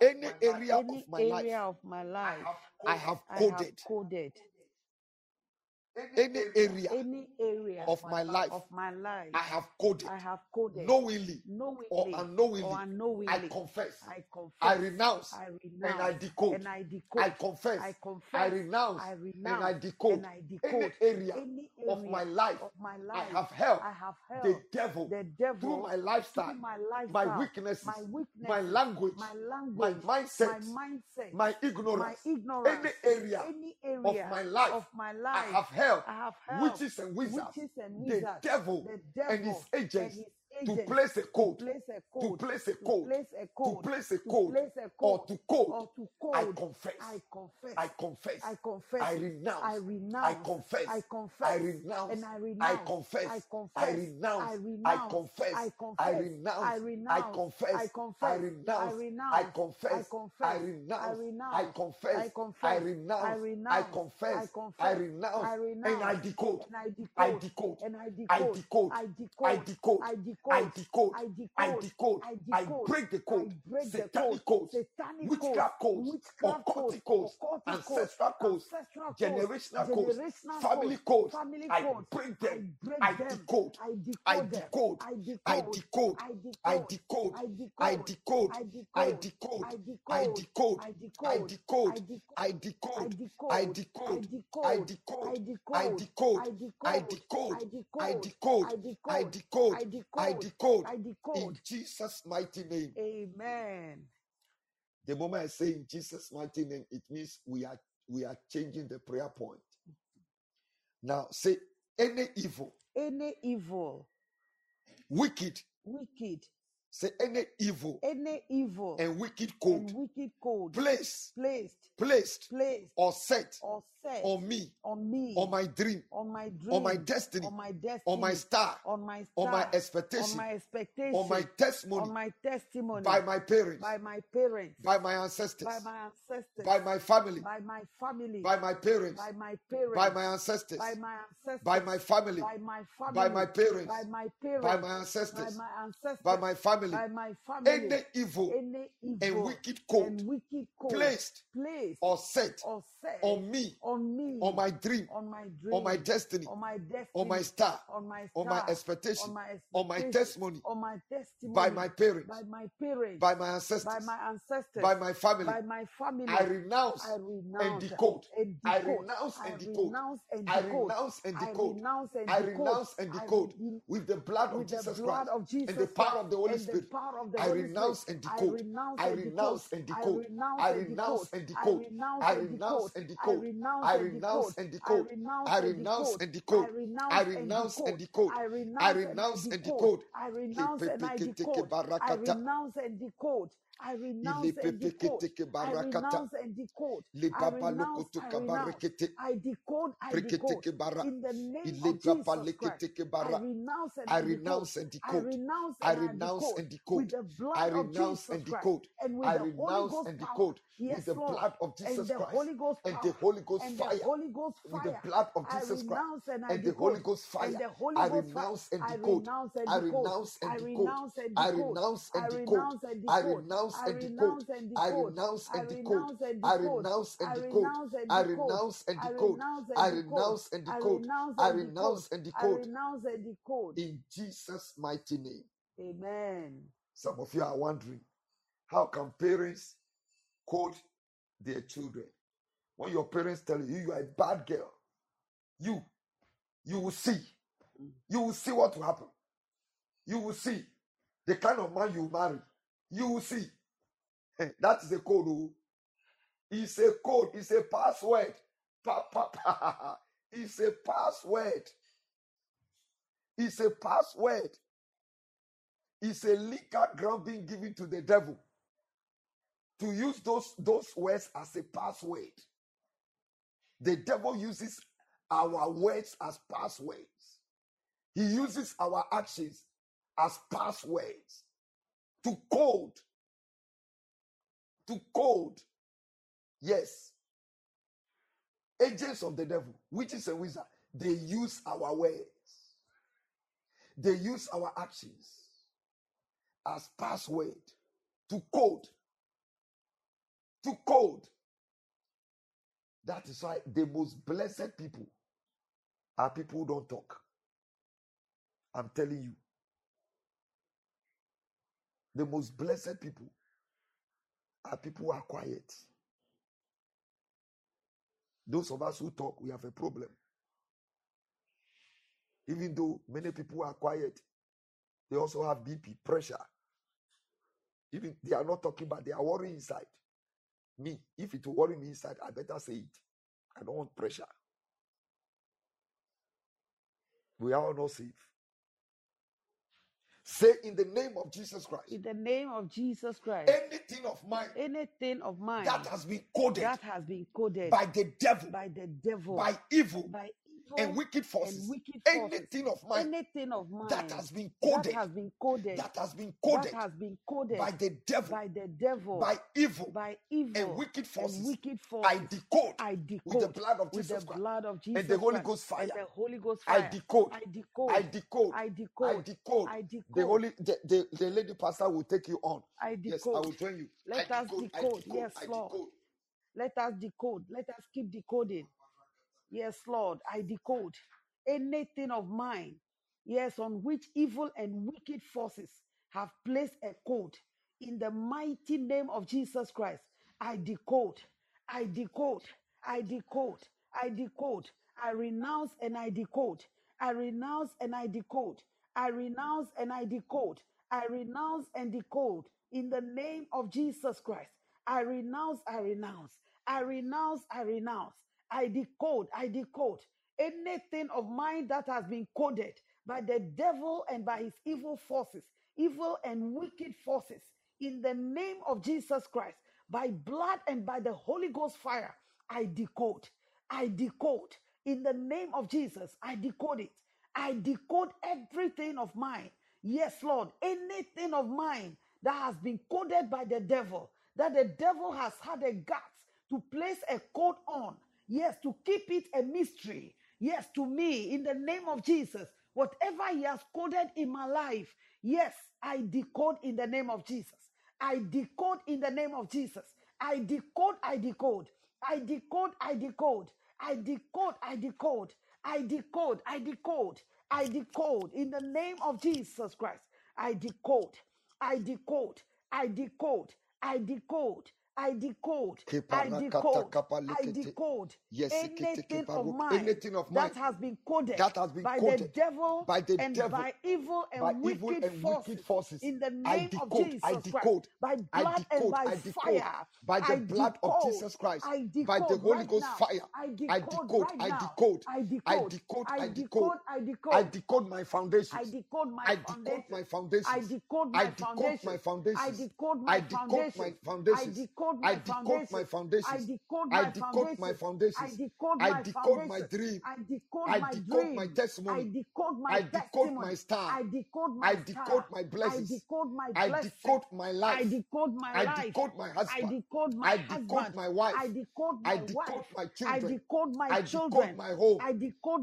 Speaker 2: any area of
Speaker 3: any
Speaker 2: my
Speaker 3: area
Speaker 2: life
Speaker 3: of my life
Speaker 2: I have
Speaker 3: I have
Speaker 2: coded,
Speaker 3: coded,
Speaker 2: any area
Speaker 3: any area
Speaker 2: of my life
Speaker 3: of my life
Speaker 2: I have coded,
Speaker 3: I have coded,
Speaker 2: knowingly or
Speaker 3: knowingly
Speaker 2: unknowingly,
Speaker 3: or
Speaker 2: I
Speaker 3: unknowingly,
Speaker 2: confess,
Speaker 3: I
Speaker 2: I
Speaker 3: confess,
Speaker 2: renounce,
Speaker 3: I
Speaker 2: and I
Speaker 3: renounce,
Speaker 2: decode.
Speaker 3: and I
Speaker 2: I
Speaker 3: decode,
Speaker 2: confess,
Speaker 3: I
Speaker 2: I
Speaker 3: confess,
Speaker 2: renounce,
Speaker 3: I
Speaker 2: and I
Speaker 3: renounce,
Speaker 2: decode
Speaker 3: and I
Speaker 2: any
Speaker 3: decode
Speaker 2: area
Speaker 3: any
Speaker 2: of my
Speaker 3: area
Speaker 2: life
Speaker 3: of my
Speaker 2: I
Speaker 3: life
Speaker 2: have helped
Speaker 3: I have
Speaker 2: the
Speaker 3: held
Speaker 2: devil
Speaker 3: the
Speaker 2: through
Speaker 3: devil
Speaker 2: my lifestyle,
Speaker 3: through my
Speaker 2: my
Speaker 3: lifestyle, my
Speaker 2: weaknesses, my
Speaker 3: weaknesses,
Speaker 2: language,
Speaker 3: my
Speaker 2: my
Speaker 3: language, my
Speaker 2: mindset,
Speaker 3: mindset,
Speaker 2: my
Speaker 3: my
Speaker 2: ignorance, any
Speaker 3: ignorance,
Speaker 2: area
Speaker 3: any
Speaker 2: of
Speaker 3: area
Speaker 2: my life
Speaker 3: of my
Speaker 2: I
Speaker 3: life
Speaker 2: have helped
Speaker 3: I have helped
Speaker 2: witches and wizards,
Speaker 3: witches and
Speaker 2: the
Speaker 3: wizards,
Speaker 2: devil
Speaker 3: the
Speaker 2: and his
Speaker 3: devil and
Speaker 2: agents
Speaker 3: his
Speaker 2: to
Speaker 3: agents
Speaker 2: place a
Speaker 3: to
Speaker 2: code,
Speaker 3: place a
Speaker 2: to
Speaker 3: code,
Speaker 2: place a
Speaker 3: to
Speaker 2: code,
Speaker 3: place a
Speaker 2: to
Speaker 3: code,
Speaker 2: place a
Speaker 3: to
Speaker 2: code,
Speaker 3: place a
Speaker 2: or
Speaker 3: code,
Speaker 2: to code.
Speaker 3: or to
Speaker 2: I
Speaker 3: code.
Speaker 2: confess,
Speaker 3: I confess,
Speaker 2: I confess,
Speaker 3: I confess
Speaker 2: I
Speaker 3: it, I
Speaker 2: renounce, I
Speaker 3: renounce, I
Speaker 2: confess, I
Speaker 3: confess, and
Speaker 2: renounce,
Speaker 3: I
Speaker 2: I
Speaker 3: renounce, I
Speaker 2: confess, I
Speaker 3: confess, I
Speaker 2: renounce, I
Speaker 3: renounce, I
Speaker 2: confess, I
Speaker 3: confess, I
Speaker 2: renounce, I
Speaker 3: renounce, I
Speaker 2: confess, I
Speaker 3: confess,
Speaker 2: renounce, I confess, I
Speaker 3: I renounce, I confess, I
Speaker 2: renounce, I
Speaker 3: renounce, I
Speaker 2: confess, I
Speaker 3: confess, I
Speaker 2: renounce, I confess, I renounce,
Speaker 3: renounce, I confess, I
Speaker 2: and I
Speaker 3: renounce,
Speaker 2: decode,
Speaker 3: and I
Speaker 2: I
Speaker 3: decode,
Speaker 2: decode,
Speaker 3: and I
Speaker 2: I
Speaker 3: decode,
Speaker 2: decode,
Speaker 3: I
Speaker 2: I
Speaker 3: decode,
Speaker 2: decode,
Speaker 3: I
Speaker 2: I
Speaker 3: decode.
Speaker 2: decode. I decode.
Speaker 3: I decode. I
Speaker 2: I
Speaker 3: decode.
Speaker 2: break the
Speaker 3: I
Speaker 2: code.
Speaker 3: break the code.
Speaker 2: Satanic codes.
Speaker 3: Satanic
Speaker 2: Witchcraft codes.
Speaker 3: codes. Witchcraft codes.
Speaker 2: occultic codes.
Speaker 3: occultic
Speaker 2: Ancestral codes.
Speaker 3: Ancestral
Speaker 2: Generational codes.
Speaker 3: codes. Generational
Speaker 2: Family
Speaker 3: codes.
Speaker 2: codes.
Speaker 3: Family
Speaker 2: I
Speaker 3: codes.
Speaker 2: break
Speaker 3: I
Speaker 2: them.
Speaker 3: break
Speaker 2: I
Speaker 3: them.
Speaker 2: decode.
Speaker 3: I
Speaker 2: I
Speaker 3: decode them.
Speaker 2: decode.
Speaker 3: I decode.
Speaker 2: I decode.
Speaker 3: I decode.
Speaker 2: I decode.
Speaker 3: I
Speaker 2: I decode.
Speaker 3: decode. I
Speaker 2: I
Speaker 3: decode.
Speaker 2: decode.
Speaker 3: I
Speaker 2: I
Speaker 3: decode.
Speaker 2: decode.
Speaker 3: I
Speaker 2: I
Speaker 3: decode. I
Speaker 2: decode. I
Speaker 3: decode. I
Speaker 2: decode. I
Speaker 3: decode. I
Speaker 2: decode. I
Speaker 3: decode. I
Speaker 2: decode. I
Speaker 3: decode.
Speaker 2: decode.
Speaker 3: I
Speaker 2: I
Speaker 3: decode.
Speaker 2: decode.
Speaker 3: I
Speaker 2: I decode. I
Speaker 3: decode. I decode.
Speaker 2: decode.
Speaker 3: I
Speaker 2: I
Speaker 3: decode.
Speaker 2: decode.
Speaker 3: I
Speaker 2: In
Speaker 3: decode.
Speaker 2: Jesus' mighty name.
Speaker 3: Amen.
Speaker 2: The moment I say in Jesus' mighty name, it means we are we are changing the prayer point. Now say any evil,
Speaker 3: Any evil,
Speaker 2: wicked,
Speaker 3: wicked,
Speaker 2: say any evil
Speaker 3: any evil
Speaker 2: and wicked
Speaker 3: and
Speaker 2: code
Speaker 3: wicked code
Speaker 2: placed,
Speaker 3: placed,
Speaker 2: placed,
Speaker 3: placed
Speaker 2: or set
Speaker 3: or set
Speaker 2: on me,
Speaker 3: on me,
Speaker 2: on my dream,
Speaker 3: on my
Speaker 2: on my
Speaker 3: dream,
Speaker 2: destiny,
Speaker 3: on my
Speaker 2: on my
Speaker 3: destiny,
Speaker 2: star,
Speaker 3: on my
Speaker 2: on my
Speaker 3: star, on
Speaker 2: expectation, on
Speaker 3: my
Speaker 2: my
Speaker 3: expectation,
Speaker 2: testimony,
Speaker 3: on my testimony,
Speaker 2: by my parents,
Speaker 3: by my parents,
Speaker 2: by my
Speaker 3: by
Speaker 2: ancestors,
Speaker 3: my ancestors,
Speaker 2: by my family,
Speaker 3: by my family,
Speaker 2: by my parents,
Speaker 3: by my
Speaker 2: by
Speaker 3: parents,
Speaker 2: my ancestors,
Speaker 3: by my
Speaker 2: by
Speaker 3: ancestors,
Speaker 2: my family,
Speaker 3: by my
Speaker 2: by my
Speaker 3: family,
Speaker 2: parents,
Speaker 3: by my
Speaker 2: by
Speaker 3: parents,
Speaker 2: my
Speaker 3: by
Speaker 2: ancestors,
Speaker 3: my
Speaker 2: by
Speaker 3: ancestors,
Speaker 2: my family,
Speaker 3: by my family,
Speaker 2: any evil
Speaker 3: any
Speaker 2: and
Speaker 3: evil
Speaker 2: wicked
Speaker 3: and
Speaker 2: code
Speaker 3: wicked code
Speaker 2: placed
Speaker 3: placed
Speaker 2: or set
Speaker 3: or set
Speaker 2: on me,
Speaker 3: on
Speaker 2: on
Speaker 3: me,
Speaker 2: my dream,
Speaker 3: on my
Speaker 2: on my
Speaker 3: dream,
Speaker 2: destiny,
Speaker 3: on my
Speaker 2: on my
Speaker 3: destiny,
Speaker 2: star,
Speaker 3: on my
Speaker 2: on my
Speaker 3: star, on
Speaker 2: expectation,
Speaker 3: my
Speaker 2: on my
Speaker 3: expectation,
Speaker 2: testimony,
Speaker 3: on my
Speaker 2: by my
Speaker 3: testimony,
Speaker 2: parents,
Speaker 3: by my parents,
Speaker 2: by my
Speaker 3: by
Speaker 2: ancestors,
Speaker 3: my ancestors,
Speaker 2: by my family.
Speaker 3: by my
Speaker 2: I
Speaker 3: family. I
Speaker 2: renounce and
Speaker 3: renounce
Speaker 2: decode.
Speaker 3: and
Speaker 2: I
Speaker 3: decode.
Speaker 2: renounce
Speaker 3: I
Speaker 2: and decode.
Speaker 3: renounce and
Speaker 2: I
Speaker 3: decode.
Speaker 2: renounce and
Speaker 3: I
Speaker 2: decode.
Speaker 3: renounce and
Speaker 2: I
Speaker 3: decode.
Speaker 2: renounce and
Speaker 3: I
Speaker 2: decode
Speaker 3: renounce
Speaker 2: with the blood of
Speaker 3: with the
Speaker 2: Jesus
Speaker 3: blood
Speaker 2: Christ
Speaker 3: of
Speaker 2: and the
Speaker 3: Jesus
Speaker 2: power
Speaker 3: Christ
Speaker 2: of the Holy
Speaker 3: and the
Speaker 2: Spirit.
Speaker 3: power of the
Speaker 2: I
Speaker 3: Holy Spirit.
Speaker 2: renounce and
Speaker 3: I
Speaker 2: decode.
Speaker 3: renounce
Speaker 2: I
Speaker 3: and decode.
Speaker 2: renounce and
Speaker 3: I
Speaker 2: decode.
Speaker 3: renounce
Speaker 2: I
Speaker 3: and decode.
Speaker 2: renounce and
Speaker 3: I
Speaker 2: decode.
Speaker 3: renounce
Speaker 2: I
Speaker 3: and decode.
Speaker 2: renounce and decode. I renounce and
Speaker 3: I renounce and decode. I
Speaker 2: decode.
Speaker 3: renounce
Speaker 2: I
Speaker 3: and
Speaker 2: renounce
Speaker 3: decode.
Speaker 2: and
Speaker 3: I
Speaker 2: decode. I
Speaker 3: renounce and
Speaker 2: renounce and
Speaker 3: decode.
Speaker 2: decode.
Speaker 3: I
Speaker 2: I
Speaker 3: renounce and
Speaker 2: renounce and decode.
Speaker 3: decode. I renounce and I
Speaker 2: Lepepeketeke
Speaker 3: decode. I
Speaker 2: barakata.
Speaker 3: renounce and decode. I renounce and decode.
Speaker 2: Ilepepeketeke
Speaker 3: I
Speaker 2: barakata.
Speaker 3: renounce and decode. I renounce, I
Speaker 2: Lebabalokotoka
Speaker 3: renounce.
Speaker 2: barekete.
Speaker 3: I decode, I decode.
Speaker 2: Preketeke bara.
Speaker 3: In the name of Jesus Christ,
Speaker 2: Ilegapaleketeke
Speaker 3: I
Speaker 2: bara.
Speaker 3: renounce and
Speaker 2: I
Speaker 3: I decode.
Speaker 2: renounce and
Speaker 3: I
Speaker 2: decode.
Speaker 3: renounce
Speaker 2: I
Speaker 3: and I
Speaker 2: renounce
Speaker 3: decode
Speaker 2: and
Speaker 3: with
Speaker 2: decode.
Speaker 3: the blood
Speaker 2: I
Speaker 3: of
Speaker 2: renounce
Speaker 3: Jesus
Speaker 2: and
Speaker 3: Christ
Speaker 2: decode.
Speaker 3: and with
Speaker 2: I
Speaker 3: the Holy
Speaker 2: renounce
Speaker 3: Ghost
Speaker 2: and
Speaker 3: power.
Speaker 2: decode with
Speaker 3: Yes,
Speaker 2: the
Speaker 3: Lord.
Speaker 2: blood of
Speaker 3: And
Speaker 2: Jesus
Speaker 3: the
Speaker 2: Christ
Speaker 3: Holy Ghost
Speaker 2: and the
Speaker 3: power
Speaker 2: Holy Ghost
Speaker 3: and the
Speaker 2: fire.
Speaker 3: Holy Ghost
Speaker 2: With the
Speaker 3: fire.
Speaker 2: blood of
Speaker 3: I
Speaker 2: Jesus Christ
Speaker 3: renounce and I
Speaker 2: and the
Speaker 3: decode.
Speaker 2: Holy Ghost
Speaker 3: And
Speaker 2: fire.
Speaker 3: the Holy
Speaker 2: I
Speaker 3: Ghost fire.
Speaker 2: renounce and
Speaker 3: I
Speaker 2: decode.
Speaker 3: renounce and
Speaker 2: I
Speaker 3: decode.
Speaker 2: renounce and
Speaker 3: I
Speaker 2: decode.
Speaker 3: renounce and
Speaker 2: I
Speaker 3: decode.
Speaker 2: renounce
Speaker 3: I
Speaker 2: and decode.
Speaker 3: renounce and
Speaker 2: I
Speaker 3: decode.
Speaker 2: renounce
Speaker 3: I
Speaker 2: and decode.
Speaker 3: renounce and
Speaker 2: I
Speaker 3: decode.
Speaker 2: renounce
Speaker 3: I
Speaker 2: and decode.
Speaker 3: renounce and
Speaker 2: I
Speaker 3: decode.
Speaker 2: renounce and
Speaker 3: I
Speaker 2: decode.
Speaker 3: renounce and
Speaker 2: I
Speaker 3: decode.
Speaker 2: renounce and
Speaker 3: I
Speaker 2: decode.
Speaker 3: renounce
Speaker 2: I renounce and
Speaker 3: and decode. I
Speaker 2: decode.
Speaker 3: renounce
Speaker 2: I renounce
Speaker 3: and decode.
Speaker 2: and
Speaker 3: I
Speaker 2: decode
Speaker 3: renounce and decode.
Speaker 2: in Jesus' mighty name.
Speaker 3: Amen.
Speaker 2: Some of you are wondering how can parents code their children? When your parents tell you you are a bad girl, you you will see. You will see what will happen. You will see the kind of man you marry. You will see. that is a code. oh. It's a code. It's a password. Pa, pa, pa. It's a password. It's a password. It's a legal ground being given to the devil to use those, those words as a password. The devil uses our words as passwords. He uses our actions as passwords to code, to code. Yes, agents of the devil, witches and wizards, they use our words, they use our actions as password to code, to code. That is why the most blessed people are people who don't talk. I'm telling you, the most blessed people are people who are quiet. Those of us who talk, we have a problem. Even though many people are quiet, they also have BP pressure. Even they are not talking, but they are worrying inside. Me, if it will worry me inside, I better say it. I don't want pressure. We are all not safe. Say in the name of Jesus Christ,
Speaker 3: In the name of Jesus Christ,
Speaker 2: anything of mine
Speaker 3: anything of
Speaker 2: that
Speaker 3: mine
Speaker 2: has been coded
Speaker 3: that has been coded
Speaker 2: by the devil,
Speaker 3: by the devil,
Speaker 2: by evil,
Speaker 3: by
Speaker 2: and
Speaker 3: principles
Speaker 2: wicked
Speaker 3: and
Speaker 2: forces,
Speaker 3: wicked forces.
Speaker 2: anything of mine
Speaker 3: Anything of
Speaker 2: that
Speaker 3: mine
Speaker 2: has been
Speaker 3: that
Speaker 2: coded,
Speaker 3: has been coded,
Speaker 2: that has been
Speaker 3: that
Speaker 2: coded
Speaker 3: has been coded
Speaker 2: by the devil,
Speaker 3: by the devil,
Speaker 2: by evil,
Speaker 3: by
Speaker 2: and
Speaker 3: evil
Speaker 2: wicked
Speaker 3: and
Speaker 2: forces,
Speaker 3: wicked
Speaker 2: I
Speaker 3: forces.
Speaker 2: decode
Speaker 3: I
Speaker 2: with the
Speaker 3: decode
Speaker 2: blood of
Speaker 3: with the
Speaker 2: Jesus Christ
Speaker 3: blood of
Speaker 2: and the
Speaker 3: Jesus
Speaker 2: Holy
Speaker 3: Christ
Speaker 2: Ghost fire.
Speaker 3: and the Holy Ghost
Speaker 2: I
Speaker 3: fire.
Speaker 2: decode,
Speaker 3: I
Speaker 2: I
Speaker 3: decode,
Speaker 2: decode,
Speaker 3: I
Speaker 2: I
Speaker 3: decode,
Speaker 2: decode.
Speaker 3: I
Speaker 2: The
Speaker 3: decode,
Speaker 2: holy, the, the, the lady pastor will take you on.
Speaker 3: I
Speaker 2: Yes, I
Speaker 3: decode.
Speaker 2: will join you. I
Speaker 3: Let us
Speaker 2: decode, I
Speaker 3: decode.
Speaker 2: decode,
Speaker 3: Yes,
Speaker 2: I
Speaker 3: Lord.
Speaker 2: decode.
Speaker 3: Let us decode. Let us keep decoding. Yes, Lord, I decode anything of mine, yes, on which evil and wicked forces have placed a code in the mighty name of Jesus Christ. I decode, I decode, I decode, I decode, I renounce and I decode, I renounce and I decode, I renounce and I decode, I renounce and decode in the name of Jesus Christ. I renounce, I renounce, I renounce, I renounce. I decode, I decode anything of mine that has been coded by the devil and by his evil forces, evil and wicked forces, in the name of Jesus Christ, by blood and by the Holy Ghost fire. I decode, I decode in the name of Jesus. I decode it. I decode everything of mine. Yes, Lord, anything of mine that has been coded by the devil, that the devil has had a guts to place a code on. Yes, to keep it a mystery. Yes, to me, in the name of Jesus, whatever he has coded in my life, yes, I decode in the name of Jesus. I decode in the name of Jesus. I decode, I decode. I decode, I decode. I decode, I decode. I decode, I decode. I decode in the name of Jesus Christ. I decode, I decode, I decode, I decode, I decode, I
Speaker 2: Keparakata
Speaker 3: decode, I
Speaker 2: kapalikete.
Speaker 3: decode
Speaker 2: Yes, ikete
Speaker 3: anything of
Speaker 2: keparuk.
Speaker 3: mine
Speaker 2: Anything of mine
Speaker 3: that has been coded
Speaker 2: that has been
Speaker 3: by the
Speaker 2: coded
Speaker 3: devil
Speaker 2: by the
Speaker 3: and
Speaker 2: devil,
Speaker 3: by evil
Speaker 2: by
Speaker 3: and
Speaker 2: evil
Speaker 3: wicked
Speaker 2: and wicked
Speaker 3: forces
Speaker 2: forces.
Speaker 3: in the
Speaker 2: I
Speaker 3: name of
Speaker 2: decode, I
Speaker 3: Jesus Christ,
Speaker 2: decode,
Speaker 3: by
Speaker 2: I
Speaker 3: blood and
Speaker 2: decode,
Speaker 3: by
Speaker 2: I decode
Speaker 3: fire.
Speaker 2: by the
Speaker 3: I
Speaker 2: blood of
Speaker 3: decode,
Speaker 2: Jesus Christ, by
Speaker 3: I
Speaker 2: the
Speaker 3: decode
Speaker 2: Holy
Speaker 3: right
Speaker 2: Ghost
Speaker 3: now,
Speaker 2: fire.
Speaker 3: I
Speaker 2: I
Speaker 3: decode
Speaker 2: decode,
Speaker 3: right
Speaker 2: I
Speaker 3: now,
Speaker 2: decode,
Speaker 3: I
Speaker 2: I
Speaker 3: decode,
Speaker 2: decode,
Speaker 3: I
Speaker 2: I decode,
Speaker 3: decode, I
Speaker 2: I
Speaker 3: decode.
Speaker 2: decode my
Speaker 3: I
Speaker 2: foundations.
Speaker 3: decode my
Speaker 2: I decode my
Speaker 3: foundations. I
Speaker 2: foundations.
Speaker 3: decode
Speaker 2: I
Speaker 3: my
Speaker 2: decode my
Speaker 3: foundations. I
Speaker 2: foundations.
Speaker 3: decode
Speaker 2: I
Speaker 3: my
Speaker 2: decode my
Speaker 3: foundations. I
Speaker 2: foundations.
Speaker 3: decode
Speaker 2: I
Speaker 3: my
Speaker 2: decode my
Speaker 3: foundations. I
Speaker 2: foundations.
Speaker 3: decode
Speaker 2: I
Speaker 3: my
Speaker 2: decode my foundations. I
Speaker 3: foundations. I decode my
Speaker 2: decode my
Speaker 3: foundations.
Speaker 2: dream.
Speaker 3: I decode
Speaker 2: I
Speaker 3: my
Speaker 2: decode my
Speaker 3: dream. I
Speaker 2: testimony.
Speaker 3: decode my
Speaker 2: I decode my
Speaker 3: testimony.
Speaker 2: star.
Speaker 3: I decode my
Speaker 2: Ah. I decode
Speaker 3: star.
Speaker 2: my
Speaker 3: I
Speaker 2: blessings.
Speaker 3: decode my
Speaker 2: I
Speaker 3: blessings.
Speaker 2: decode my
Speaker 3: I
Speaker 2: life.
Speaker 3: decode my
Speaker 2: I
Speaker 3: life.
Speaker 2: decode my
Speaker 3: I
Speaker 2: husband.
Speaker 3: decode my
Speaker 2: I
Speaker 3: husband.
Speaker 2: decode my
Speaker 3: I
Speaker 2: wife.
Speaker 3: decode
Speaker 2: I
Speaker 3: my
Speaker 2: decode
Speaker 3: wife.
Speaker 2: my
Speaker 3: I
Speaker 2: children.
Speaker 3: decode my
Speaker 2: I decode
Speaker 3: children.
Speaker 2: my home.
Speaker 3: I decode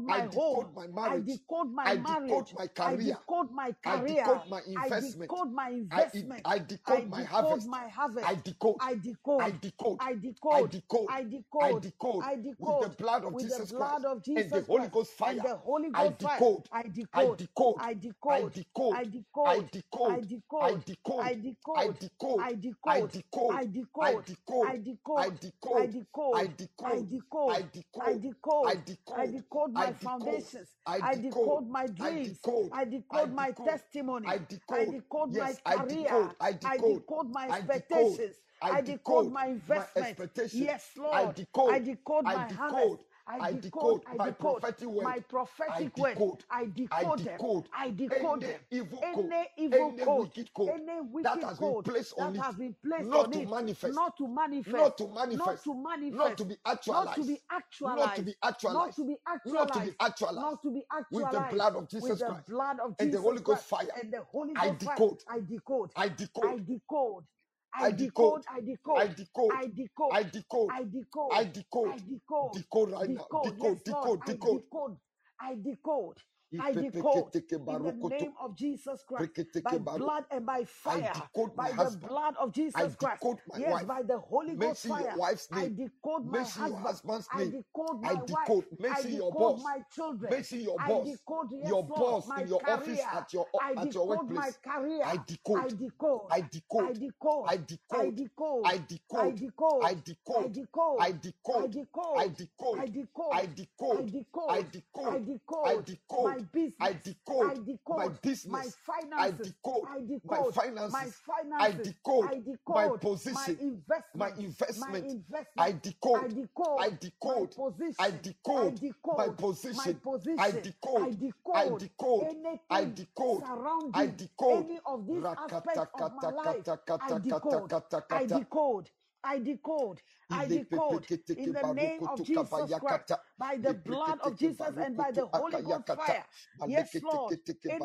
Speaker 2: I
Speaker 3: my
Speaker 2: decode
Speaker 3: home.
Speaker 2: my
Speaker 3: I
Speaker 2: marriage.
Speaker 3: decode my
Speaker 2: I decode
Speaker 3: marriage.
Speaker 2: my
Speaker 3: I
Speaker 2: career.
Speaker 3: decode my
Speaker 2: I decode
Speaker 3: career.
Speaker 2: my
Speaker 3: I
Speaker 2: investment.
Speaker 3: decode my
Speaker 2: I, e-
Speaker 3: investment.
Speaker 2: I
Speaker 3: I
Speaker 2: decode my
Speaker 3: decode
Speaker 2: harvest.
Speaker 3: my harvest.
Speaker 2: I decode.
Speaker 3: I
Speaker 2: I
Speaker 3: decode.
Speaker 2: decode.
Speaker 3: I
Speaker 2: I
Speaker 3: decode.
Speaker 2: decode.
Speaker 3: I
Speaker 2: I
Speaker 3: decode.
Speaker 2: decode
Speaker 3: I
Speaker 2: with the
Speaker 3: decode
Speaker 2: blood of
Speaker 3: with the
Speaker 2: Jesus Christ
Speaker 3: blood of
Speaker 2: and the
Speaker 3: Jesus
Speaker 2: Holy
Speaker 3: Christ
Speaker 2: Ghost
Speaker 3: and
Speaker 2: fire.
Speaker 3: the Holy
Speaker 2: I
Speaker 3: Ghost fire.
Speaker 2: decode.
Speaker 3: I
Speaker 2: I
Speaker 3: decode.
Speaker 2: decode.
Speaker 3: I
Speaker 2: I
Speaker 3: decode. I
Speaker 2: decode. I
Speaker 3: decode. I
Speaker 2: decode. I
Speaker 3: decode. I
Speaker 2: decode. I
Speaker 3: decode.
Speaker 2: decode.
Speaker 3: I
Speaker 2: I
Speaker 3: decode. I
Speaker 2: decode. I
Speaker 3: decode. I
Speaker 2: decode. I
Speaker 3: decode. I
Speaker 2: decode. I
Speaker 3: decode.
Speaker 2: decode.
Speaker 3: I
Speaker 2: I
Speaker 3: decode. I
Speaker 2: decode. I
Speaker 3: decode. I
Speaker 2: decode.
Speaker 3: decode
Speaker 2: I
Speaker 3: my
Speaker 2: decode.
Speaker 3: foundations.
Speaker 2: I
Speaker 3: I
Speaker 2: decode.
Speaker 3: decode my
Speaker 2: I
Speaker 3: dreams.
Speaker 2: decode.
Speaker 3: I
Speaker 2: I
Speaker 3: decode my
Speaker 2: decode. I
Speaker 3: testimony. I
Speaker 2: decode.
Speaker 3: decode my
Speaker 2: Yes, I decode.
Speaker 3: career.
Speaker 2: I
Speaker 3: I
Speaker 2: decode.
Speaker 3: decode my
Speaker 2: I decode.
Speaker 3: expectations.
Speaker 2: I
Speaker 3: I decode
Speaker 2: decode my
Speaker 3: my investment.
Speaker 2: expectation.
Speaker 3: Yes,
Speaker 2: I
Speaker 3: Lord. I
Speaker 2: decode.
Speaker 3: decode
Speaker 2: I
Speaker 3: my harvest.
Speaker 2: decode.
Speaker 3: I
Speaker 2: I
Speaker 3: decode,
Speaker 2: decode
Speaker 3: I
Speaker 2: my
Speaker 3: decode
Speaker 2: prophetic word.
Speaker 3: my
Speaker 2: I
Speaker 3: prophetic word.
Speaker 2: decode.
Speaker 3: I
Speaker 2: I
Speaker 3: decode them.
Speaker 2: decode
Speaker 3: I decode
Speaker 2: any
Speaker 3: them.
Speaker 2: evil code,
Speaker 3: Any evil
Speaker 2: any
Speaker 3: code,
Speaker 2: wicked code
Speaker 3: any
Speaker 2: that
Speaker 3: wicked
Speaker 2: has been
Speaker 3: code
Speaker 2: placed
Speaker 3: that
Speaker 2: on it,
Speaker 3: has been placed
Speaker 2: not
Speaker 3: on
Speaker 2: to
Speaker 3: it,
Speaker 2: manifest,
Speaker 3: not to manifest,
Speaker 2: not to
Speaker 3: not
Speaker 2: manifest,
Speaker 3: to
Speaker 2: not
Speaker 3: manifest,
Speaker 2: to be
Speaker 3: not to be
Speaker 2: actualized, not to
Speaker 3: actualized,
Speaker 2: be
Speaker 3: not
Speaker 2: actualized,
Speaker 3: to be
Speaker 2: not to be
Speaker 3: actualized,
Speaker 2: actualized
Speaker 3: not to be
Speaker 2: with the
Speaker 3: actualized
Speaker 2: blood of
Speaker 3: with
Speaker 2: Jesus
Speaker 3: the
Speaker 2: Christ
Speaker 3: blood of
Speaker 2: and the
Speaker 3: Jesus
Speaker 2: Holy Ghost
Speaker 3: Christ
Speaker 2: fire.
Speaker 3: and the Holy
Speaker 2: I
Speaker 3: Ghost fire.
Speaker 2: decode.
Speaker 3: I decode,
Speaker 2: I
Speaker 3: I
Speaker 2: decode.
Speaker 3: decode, I
Speaker 2: I
Speaker 3: decode,
Speaker 2: decode.
Speaker 3: I
Speaker 2: I
Speaker 3: decode,
Speaker 2: decode.
Speaker 3: I decode,
Speaker 2: I decode.
Speaker 3: I
Speaker 2: I
Speaker 3: decode, I
Speaker 2: decode.
Speaker 3: decode,
Speaker 2: Decode right now.
Speaker 3: decode. Yes,
Speaker 2: Decode.
Speaker 3: Lord,
Speaker 2: Decode. Decode.
Speaker 3: I decode, I decode, I decode
Speaker 2: Ipepeketeke
Speaker 3: in the
Speaker 2: barokoto.
Speaker 3: name of Jesus Christ by
Speaker 2: Preketeke baro.
Speaker 3: blood and by
Speaker 2: I
Speaker 3: fire,
Speaker 2: decode my
Speaker 3: by the
Speaker 2: husband.
Speaker 3: blood of
Speaker 2: I
Speaker 3: Jesus Christ.
Speaker 2: decode my
Speaker 3: Yes,
Speaker 2: wife.
Speaker 3: by the Holy Ghost
Speaker 2: Mention your
Speaker 3: fire.
Speaker 2: wife's
Speaker 3: I
Speaker 2: name.
Speaker 3: decode my
Speaker 2: Mention your
Speaker 3: husband.
Speaker 2: husband's
Speaker 3: I
Speaker 2: name.
Speaker 3: decode
Speaker 2: I
Speaker 3: my wife.
Speaker 2: decode.
Speaker 3: I
Speaker 2: Mention your
Speaker 3: decode
Speaker 2: boss.
Speaker 3: my children.
Speaker 2: Mention your
Speaker 3: I
Speaker 2: boss.
Speaker 3: decode, yes,
Speaker 2: Your
Speaker 3: Lord,
Speaker 2: boss
Speaker 3: my
Speaker 2: in your office
Speaker 3: career.
Speaker 2: at your
Speaker 3: I
Speaker 2: at your
Speaker 3: decode my
Speaker 2: workplace.
Speaker 3: career.
Speaker 2: I
Speaker 3: I
Speaker 2: decode.
Speaker 3: decode.
Speaker 2: I
Speaker 3: I
Speaker 2: decode.
Speaker 3: decode.
Speaker 2: I
Speaker 3: I
Speaker 2: decode.
Speaker 3: decode.
Speaker 2: I
Speaker 3: I
Speaker 2: decode. I
Speaker 3: decode. I
Speaker 2: decode. I
Speaker 3: decode. I
Speaker 2: decode. I
Speaker 3: decode. I
Speaker 2: decode. I
Speaker 3: decode. I
Speaker 2: decode. I
Speaker 3: decode. I
Speaker 2: decode. I
Speaker 3: decode my
Speaker 2: decode. I decode my
Speaker 3: business. I decode my
Speaker 2: business. I
Speaker 3: finances.
Speaker 2: decode
Speaker 3: I
Speaker 2: my
Speaker 3: decode my
Speaker 2: finances. I
Speaker 3: finances.
Speaker 2: decode
Speaker 3: I
Speaker 2: my
Speaker 3: decode my
Speaker 2: position, my
Speaker 3: investment. My
Speaker 2: investment. I
Speaker 3: investment. I
Speaker 2: decode. I
Speaker 3: decode my
Speaker 2: decode. I
Speaker 3: position. I
Speaker 2: decode my
Speaker 3: decode my
Speaker 2: position. I
Speaker 3: position. I
Speaker 2: decode. I
Speaker 3: decode
Speaker 2: decode. I
Speaker 3: anything
Speaker 2: decode. I
Speaker 3: surrounding
Speaker 2: decode.
Speaker 3: any of these aspects
Speaker 2: Rakata
Speaker 3: of my
Speaker 2: kata
Speaker 3: life.
Speaker 2: kata
Speaker 3: I
Speaker 2: kata kata
Speaker 3: decode.
Speaker 2: kata
Speaker 3: I
Speaker 2: kata.
Speaker 3: decode. I decode. I decode in the name of Jesus Christ, by the blood of Jesus and by the Holy Ghost fire. Yes, Lord,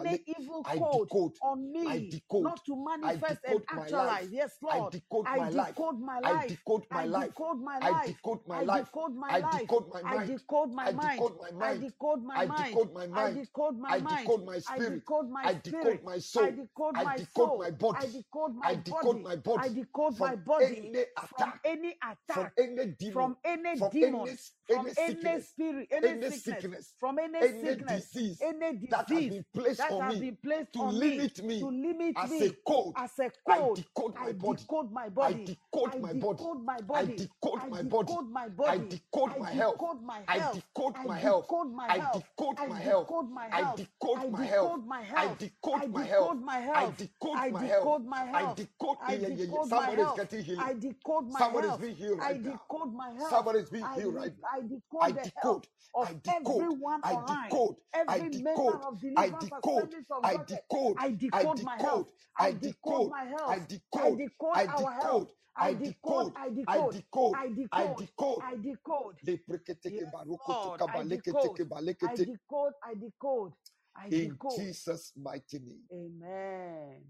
Speaker 3: any evil
Speaker 2: I
Speaker 3: code
Speaker 2: decode,
Speaker 3: on
Speaker 2: I
Speaker 3: me
Speaker 2: decode,
Speaker 3: not to
Speaker 2: I
Speaker 3: manifest and
Speaker 2: decode my
Speaker 3: actualize.
Speaker 2: life,
Speaker 3: Yes,
Speaker 2: I
Speaker 3: Lord,
Speaker 2: decode
Speaker 3: I
Speaker 2: my life,
Speaker 3: decode my
Speaker 2: I
Speaker 3: life.
Speaker 2: decode my
Speaker 3: I
Speaker 2: life,
Speaker 3: decode my
Speaker 2: I
Speaker 3: life.
Speaker 2: decode my
Speaker 3: I
Speaker 2: life,
Speaker 3: decode my
Speaker 2: I
Speaker 3: life.
Speaker 2: decode my
Speaker 3: I
Speaker 2: mind,
Speaker 3: decode my
Speaker 2: I
Speaker 3: mind.
Speaker 2: decode my
Speaker 3: I
Speaker 2: mind,
Speaker 3: decode my
Speaker 2: I decode my
Speaker 3: mind. I
Speaker 2: mind,
Speaker 3: decode my
Speaker 2: I
Speaker 3: mind.
Speaker 2: decode my
Speaker 3: I
Speaker 2: spirit,
Speaker 3: decode my
Speaker 2: I decode
Speaker 3: spirit.
Speaker 2: my
Speaker 3: I
Speaker 2: soul,
Speaker 3: decode
Speaker 2: I
Speaker 3: my
Speaker 2: decode my
Speaker 3: soul. I
Speaker 2: body,
Speaker 3: decode my
Speaker 2: I decode
Speaker 3: body.
Speaker 2: my
Speaker 3: I
Speaker 2: body
Speaker 3: decode my
Speaker 2: from
Speaker 3: body
Speaker 2: any
Speaker 3: from
Speaker 2: attack,
Speaker 3: any
Speaker 2: from
Speaker 3: attack,
Speaker 2: any demon,
Speaker 3: from any
Speaker 2: from any
Speaker 3: demon, from
Speaker 2: any
Speaker 3: any
Speaker 2: sickness,
Speaker 3: spirit, any
Speaker 2: any
Speaker 3: sickness,
Speaker 2: sickness,
Speaker 3: from any
Speaker 2: any
Speaker 3: sickness,
Speaker 2: disease
Speaker 3: any
Speaker 2: that has
Speaker 3: disease
Speaker 2: been placed
Speaker 3: that
Speaker 2: on
Speaker 3: has
Speaker 2: me
Speaker 3: been placed
Speaker 2: to
Speaker 3: on me
Speaker 2: limit
Speaker 3: to
Speaker 2: me
Speaker 3: limit
Speaker 2: as a
Speaker 3: me
Speaker 2: code.
Speaker 3: as a
Speaker 2: I
Speaker 3: code.
Speaker 2: decode my
Speaker 3: I
Speaker 2: body.
Speaker 3: decode my
Speaker 2: I
Speaker 3: body.
Speaker 2: decode
Speaker 3: I
Speaker 2: my body.
Speaker 3: decode my
Speaker 2: I
Speaker 3: body.
Speaker 2: decode
Speaker 3: I
Speaker 2: my body.
Speaker 3: decode my
Speaker 2: I
Speaker 3: body.
Speaker 2: decode
Speaker 3: I
Speaker 2: my health.
Speaker 3: decode my
Speaker 2: I
Speaker 3: health.
Speaker 2: decode
Speaker 3: I
Speaker 2: my health.
Speaker 3: decode my
Speaker 2: I
Speaker 3: health.
Speaker 2: decode
Speaker 3: I
Speaker 2: my health.
Speaker 3: decode my
Speaker 2: I
Speaker 3: health.
Speaker 2: decode
Speaker 3: I
Speaker 2: my health.
Speaker 3: decode
Speaker 2: I decode
Speaker 3: my health. I
Speaker 2: my health.
Speaker 3: decode my
Speaker 2: I
Speaker 3: health.
Speaker 2: decode
Speaker 3: I
Speaker 2: my health.
Speaker 3: decode my
Speaker 2: I
Speaker 3: health.
Speaker 2: decode.
Speaker 3: I
Speaker 2: Yeah, yeah, yeah.
Speaker 3: decode my
Speaker 2: Somebody is
Speaker 3: health.
Speaker 2: getting healing.
Speaker 3: I decode my
Speaker 2: Somebody is
Speaker 3: health.
Speaker 2: being healed
Speaker 3: I
Speaker 2: right now.
Speaker 3: decode my health.
Speaker 2: Somebody is being
Speaker 3: I,
Speaker 2: healed
Speaker 3: de-
Speaker 2: right now.
Speaker 3: I
Speaker 2: I
Speaker 3: decode the health
Speaker 2: decode,
Speaker 3: of
Speaker 2: I decode,
Speaker 3: everyone
Speaker 2: I
Speaker 3: online.
Speaker 2: decode, I
Speaker 3: Every member
Speaker 2: decode,
Speaker 3: of
Speaker 2: I
Speaker 3: Deliverance
Speaker 2: decode,
Speaker 3: Assemblies of
Speaker 2: I
Speaker 3: God.
Speaker 2: decode,
Speaker 3: I
Speaker 2: I
Speaker 3: decode my
Speaker 2: decode,
Speaker 3: health. I
Speaker 2: I
Speaker 3: decode
Speaker 2: decode,
Speaker 3: my
Speaker 2: I
Speaker 3: health. I
Speaker 2: decode,
Speaker 3: decode
Speaker 2: I
Speaker 3: our health.
Speaker 2: decode,
Speaker 3: I
Speaker 2: I
Speaker 3: decode,
Speaker 2: decode,
Speaker 3: I
Speaker 2: I
Speaker 3: decode,
Speaker 2: decode,
Speaker 3: I
Speaker 2: I
Speaker 3: decode,
Speaker 2: decode.
Speaker 3: I decode.
Speaker 2: Lepreketeke
Speaker 3: Yes, Lord,
Speaker 2: barokotoka
Speaker 3: I decode,
Speaker 2: baleketeke
Speaker 3: I
Speaker 2: balekete.
Speaker 3: decode, I decode, I
Speaker 2: In
Speaker 3: decode.
Speaker 2: Jesus' mighty name.
Speaker 3: Amen.